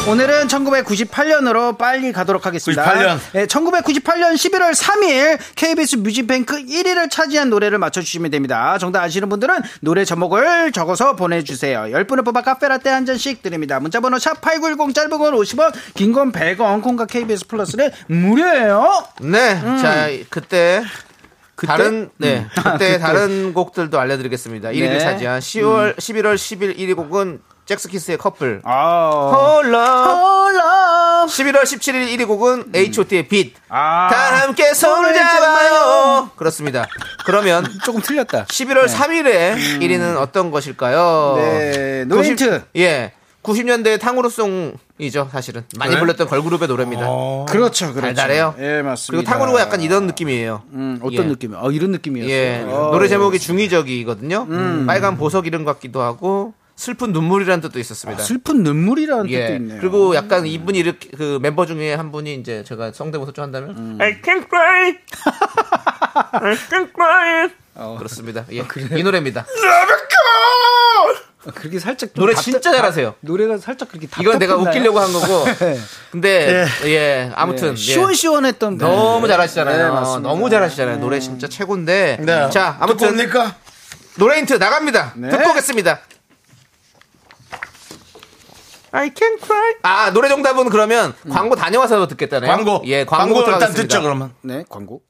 S8: 오늘은 1998년으로 빨리 가도록 하겠습니다
S1: 98년.
S8: 네, 1998년 11월 3일 KBS 뮤직뱅크 1위를 차지한 노래를 맞춰주시면 됩니다 정답 아시는 분들은 노래 제목을 적어서 보내주세요 10분을 뽑아 카페라떼 한 잔씩 드립니다 문자번호 샵8910 짧은 건 50원 긴 건 100원 콩과 KBS 플러스는 무료예요
S2: 네,
S8: 음.
S2: 자 그때. 다른 네 그때, 다른 곡들도 알려드리겠습니다. 1위를
S8: 아, 네.
S2: 차지한 10월 11월 10일 1위 곡은 잭스키스의 커플.
S8: 아 음.
S2: 홀라. 11월 17일 1위 곡은 H.O.T의 빛.
S8: 아.
S2: 다 함께 손을 잡아요. 그렇습니다. 그러면
S8: 조금 틀렸다
S2: 11월 3일에 1위는 어떤 것일까요?
S8: 네, 노
S2: 구십-
S8: 힌트.
S2: 예. 90년대 탕후루송이죠, 사실은. 많이 불렀던 걸그룹의 노래입니다.
S8: 그렇죠 그렇죠
S2: 어, 달달해요.
S8: 예 맞습니다
S2: 그리고 탕후루가 약간 이런 느낌이에요.
S8: 음, 어떤
S2: 예.
S8: 느낌이요? 어, 이런 느낌이었어요.
S2: 예.
S8: 어,
S2: 노래 제목이 중의적이거든요. 음. 빨간 보석 이름 같기도 하고 슬픈 눈물이라는 뜻도 있었습니다.
S8: 아, 슬픈 눈물이라는 뜻도
S2: 예.
S8: 있네요.
S2: 그리고 약간 이분이 이렇게 그 멤버 중에 한 분이 이제 제가 성대모사 좀 한다면 I can't cry. I can't cry. [LAUGHS] 그렇습니다. 예. 이 노래입니다.
S8: 아, 그렇게 살짝 좀
S2: 노래
S8: 답답-
S2: 진짜 잘하세요.
S8: 노래가 살짝 그렇게 답답
S2: 이건 내가 웃기려고 한
S8: [LAUGHS]
S2: 거고.
S8: 네.
S2: 근데 예, 아무튼 예.
S8: 시원시원했던
S2: 너무
S8: 네,
S2: 잘하시잖아요.
S8: 맞습니다.
S2: 너무 잘하시잖아요. 노래 진짜 최고인데.
S1: 네.
S2: 자,
S1: 듣고
S2: 아무튼
S1: 옵니까?
S2: 노래 힌트 나갑니다.
S8: 네.
S2: 듣고 오겠습니다. I can cry. 아, 노래 정답은 그러면 광고 다녀와서 듣겠다네요.
S1: 광고.
S2: 예,
S1: 광고
S2: 광고
S1: 일단 듣죠, 그러면.
S8: 네 광고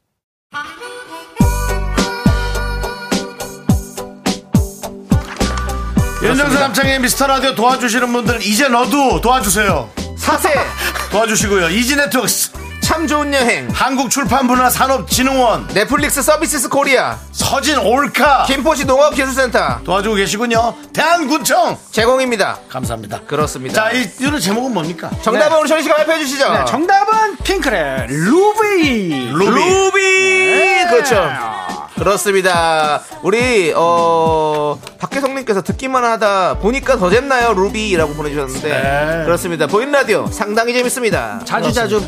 S1: 윤정수 남창의 미스터 라디오 도와주시는 분들 이제 너도 도와주세요.
S2: 사세.
S1: 도와주시고요. 이지네트웍스,
S2: 참 좋은 여행.
S1: 한국출판문화산업진흥원,
S2: 넷플릭스 서비스 코리아.
S1: 서진 올카
S2: 김포시 농업기술센터.
S1: 도와주고 계시군요. 대한군청
S2: 제공입니다.
S1: 감사합니다.
S2: 그렇습니다.
S1: 자, 이 노래 제목은 뭡니까?
S2: 정답은 우리 철희 씨가 발표해 주시죠.
S8: 네. 정답은 핑크의 루비
S1: 루비. 네.
S2: 루비 그렇죠 그렇습니다 우리 어 박혜성님께서 듣기만 하다 보니까 더 잼나요 루비라고 보내주셨는데
S1: 네.
S2: 그렇습니다 보인 라디오 상당히 재밌습니다
S8: 자주 자주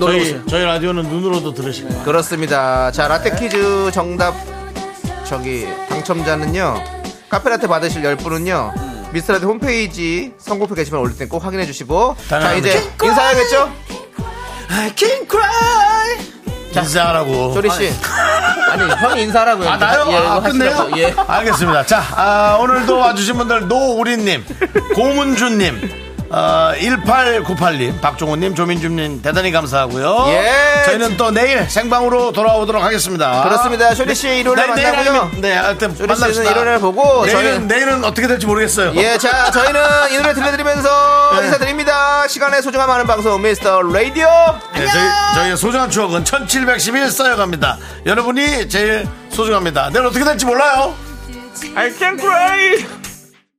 S1: 저희, 저희 라디오는 눈으로도 들으실 거예요.
S2: 그렇습니다 자 라떼 퀴즈 정답 저기 당첨자는요 카페라테 받으실 10분은요 미스터라디 홈페이지 선고표 게시판 올릴 땐 꼭 확인해 주시고 자
S1: 당연합니다.
S2: 이제 인사해야겠죠
S1: 인사하라고.
S2: 조리 씨 아니 형이 인사하라고요
S1: 네. 아, 나요?
S2: 예,
S1: 아,
S2: 이거
S1: 끝내요?
S2: 하시라고. 예.
S1: 알겠습니다. 자, 아, 오늘도 와주신 분들, 노우리님, 고문주님, 어, 1898님, 박종호님, 조민주님, 대단히 감사하고요.
S2: 예.
S1: 저희는 또 내일 생방으로 돌아오도록 하겠습니다.
S2: 그렇습니다. 쇼리 씨 일요일에
S1: 네, 내일
S2: 만나고요.
S1: 아니면- 네, 하여튼
S2: 쇼리 씨는
S1: 만납시다.
S2: 일요일에 보고
S1: 내일은,
S2: 저희는
S1: 내일은 어떻게 될지 모르겠어요.
S2: 예, 자, 저희는 이 노래 들려드리면서
S1: 네.
S2: 인사드립니다. 시간의 소중함 하는 방송 미스터 라디오.
S1: 네, 저희, 저희의 소중한 추억은 1711 쌓여갑니다. 여러분이 제일 소중합니다. 내일 어떻게 될지 몰라요.
S2: I can cry.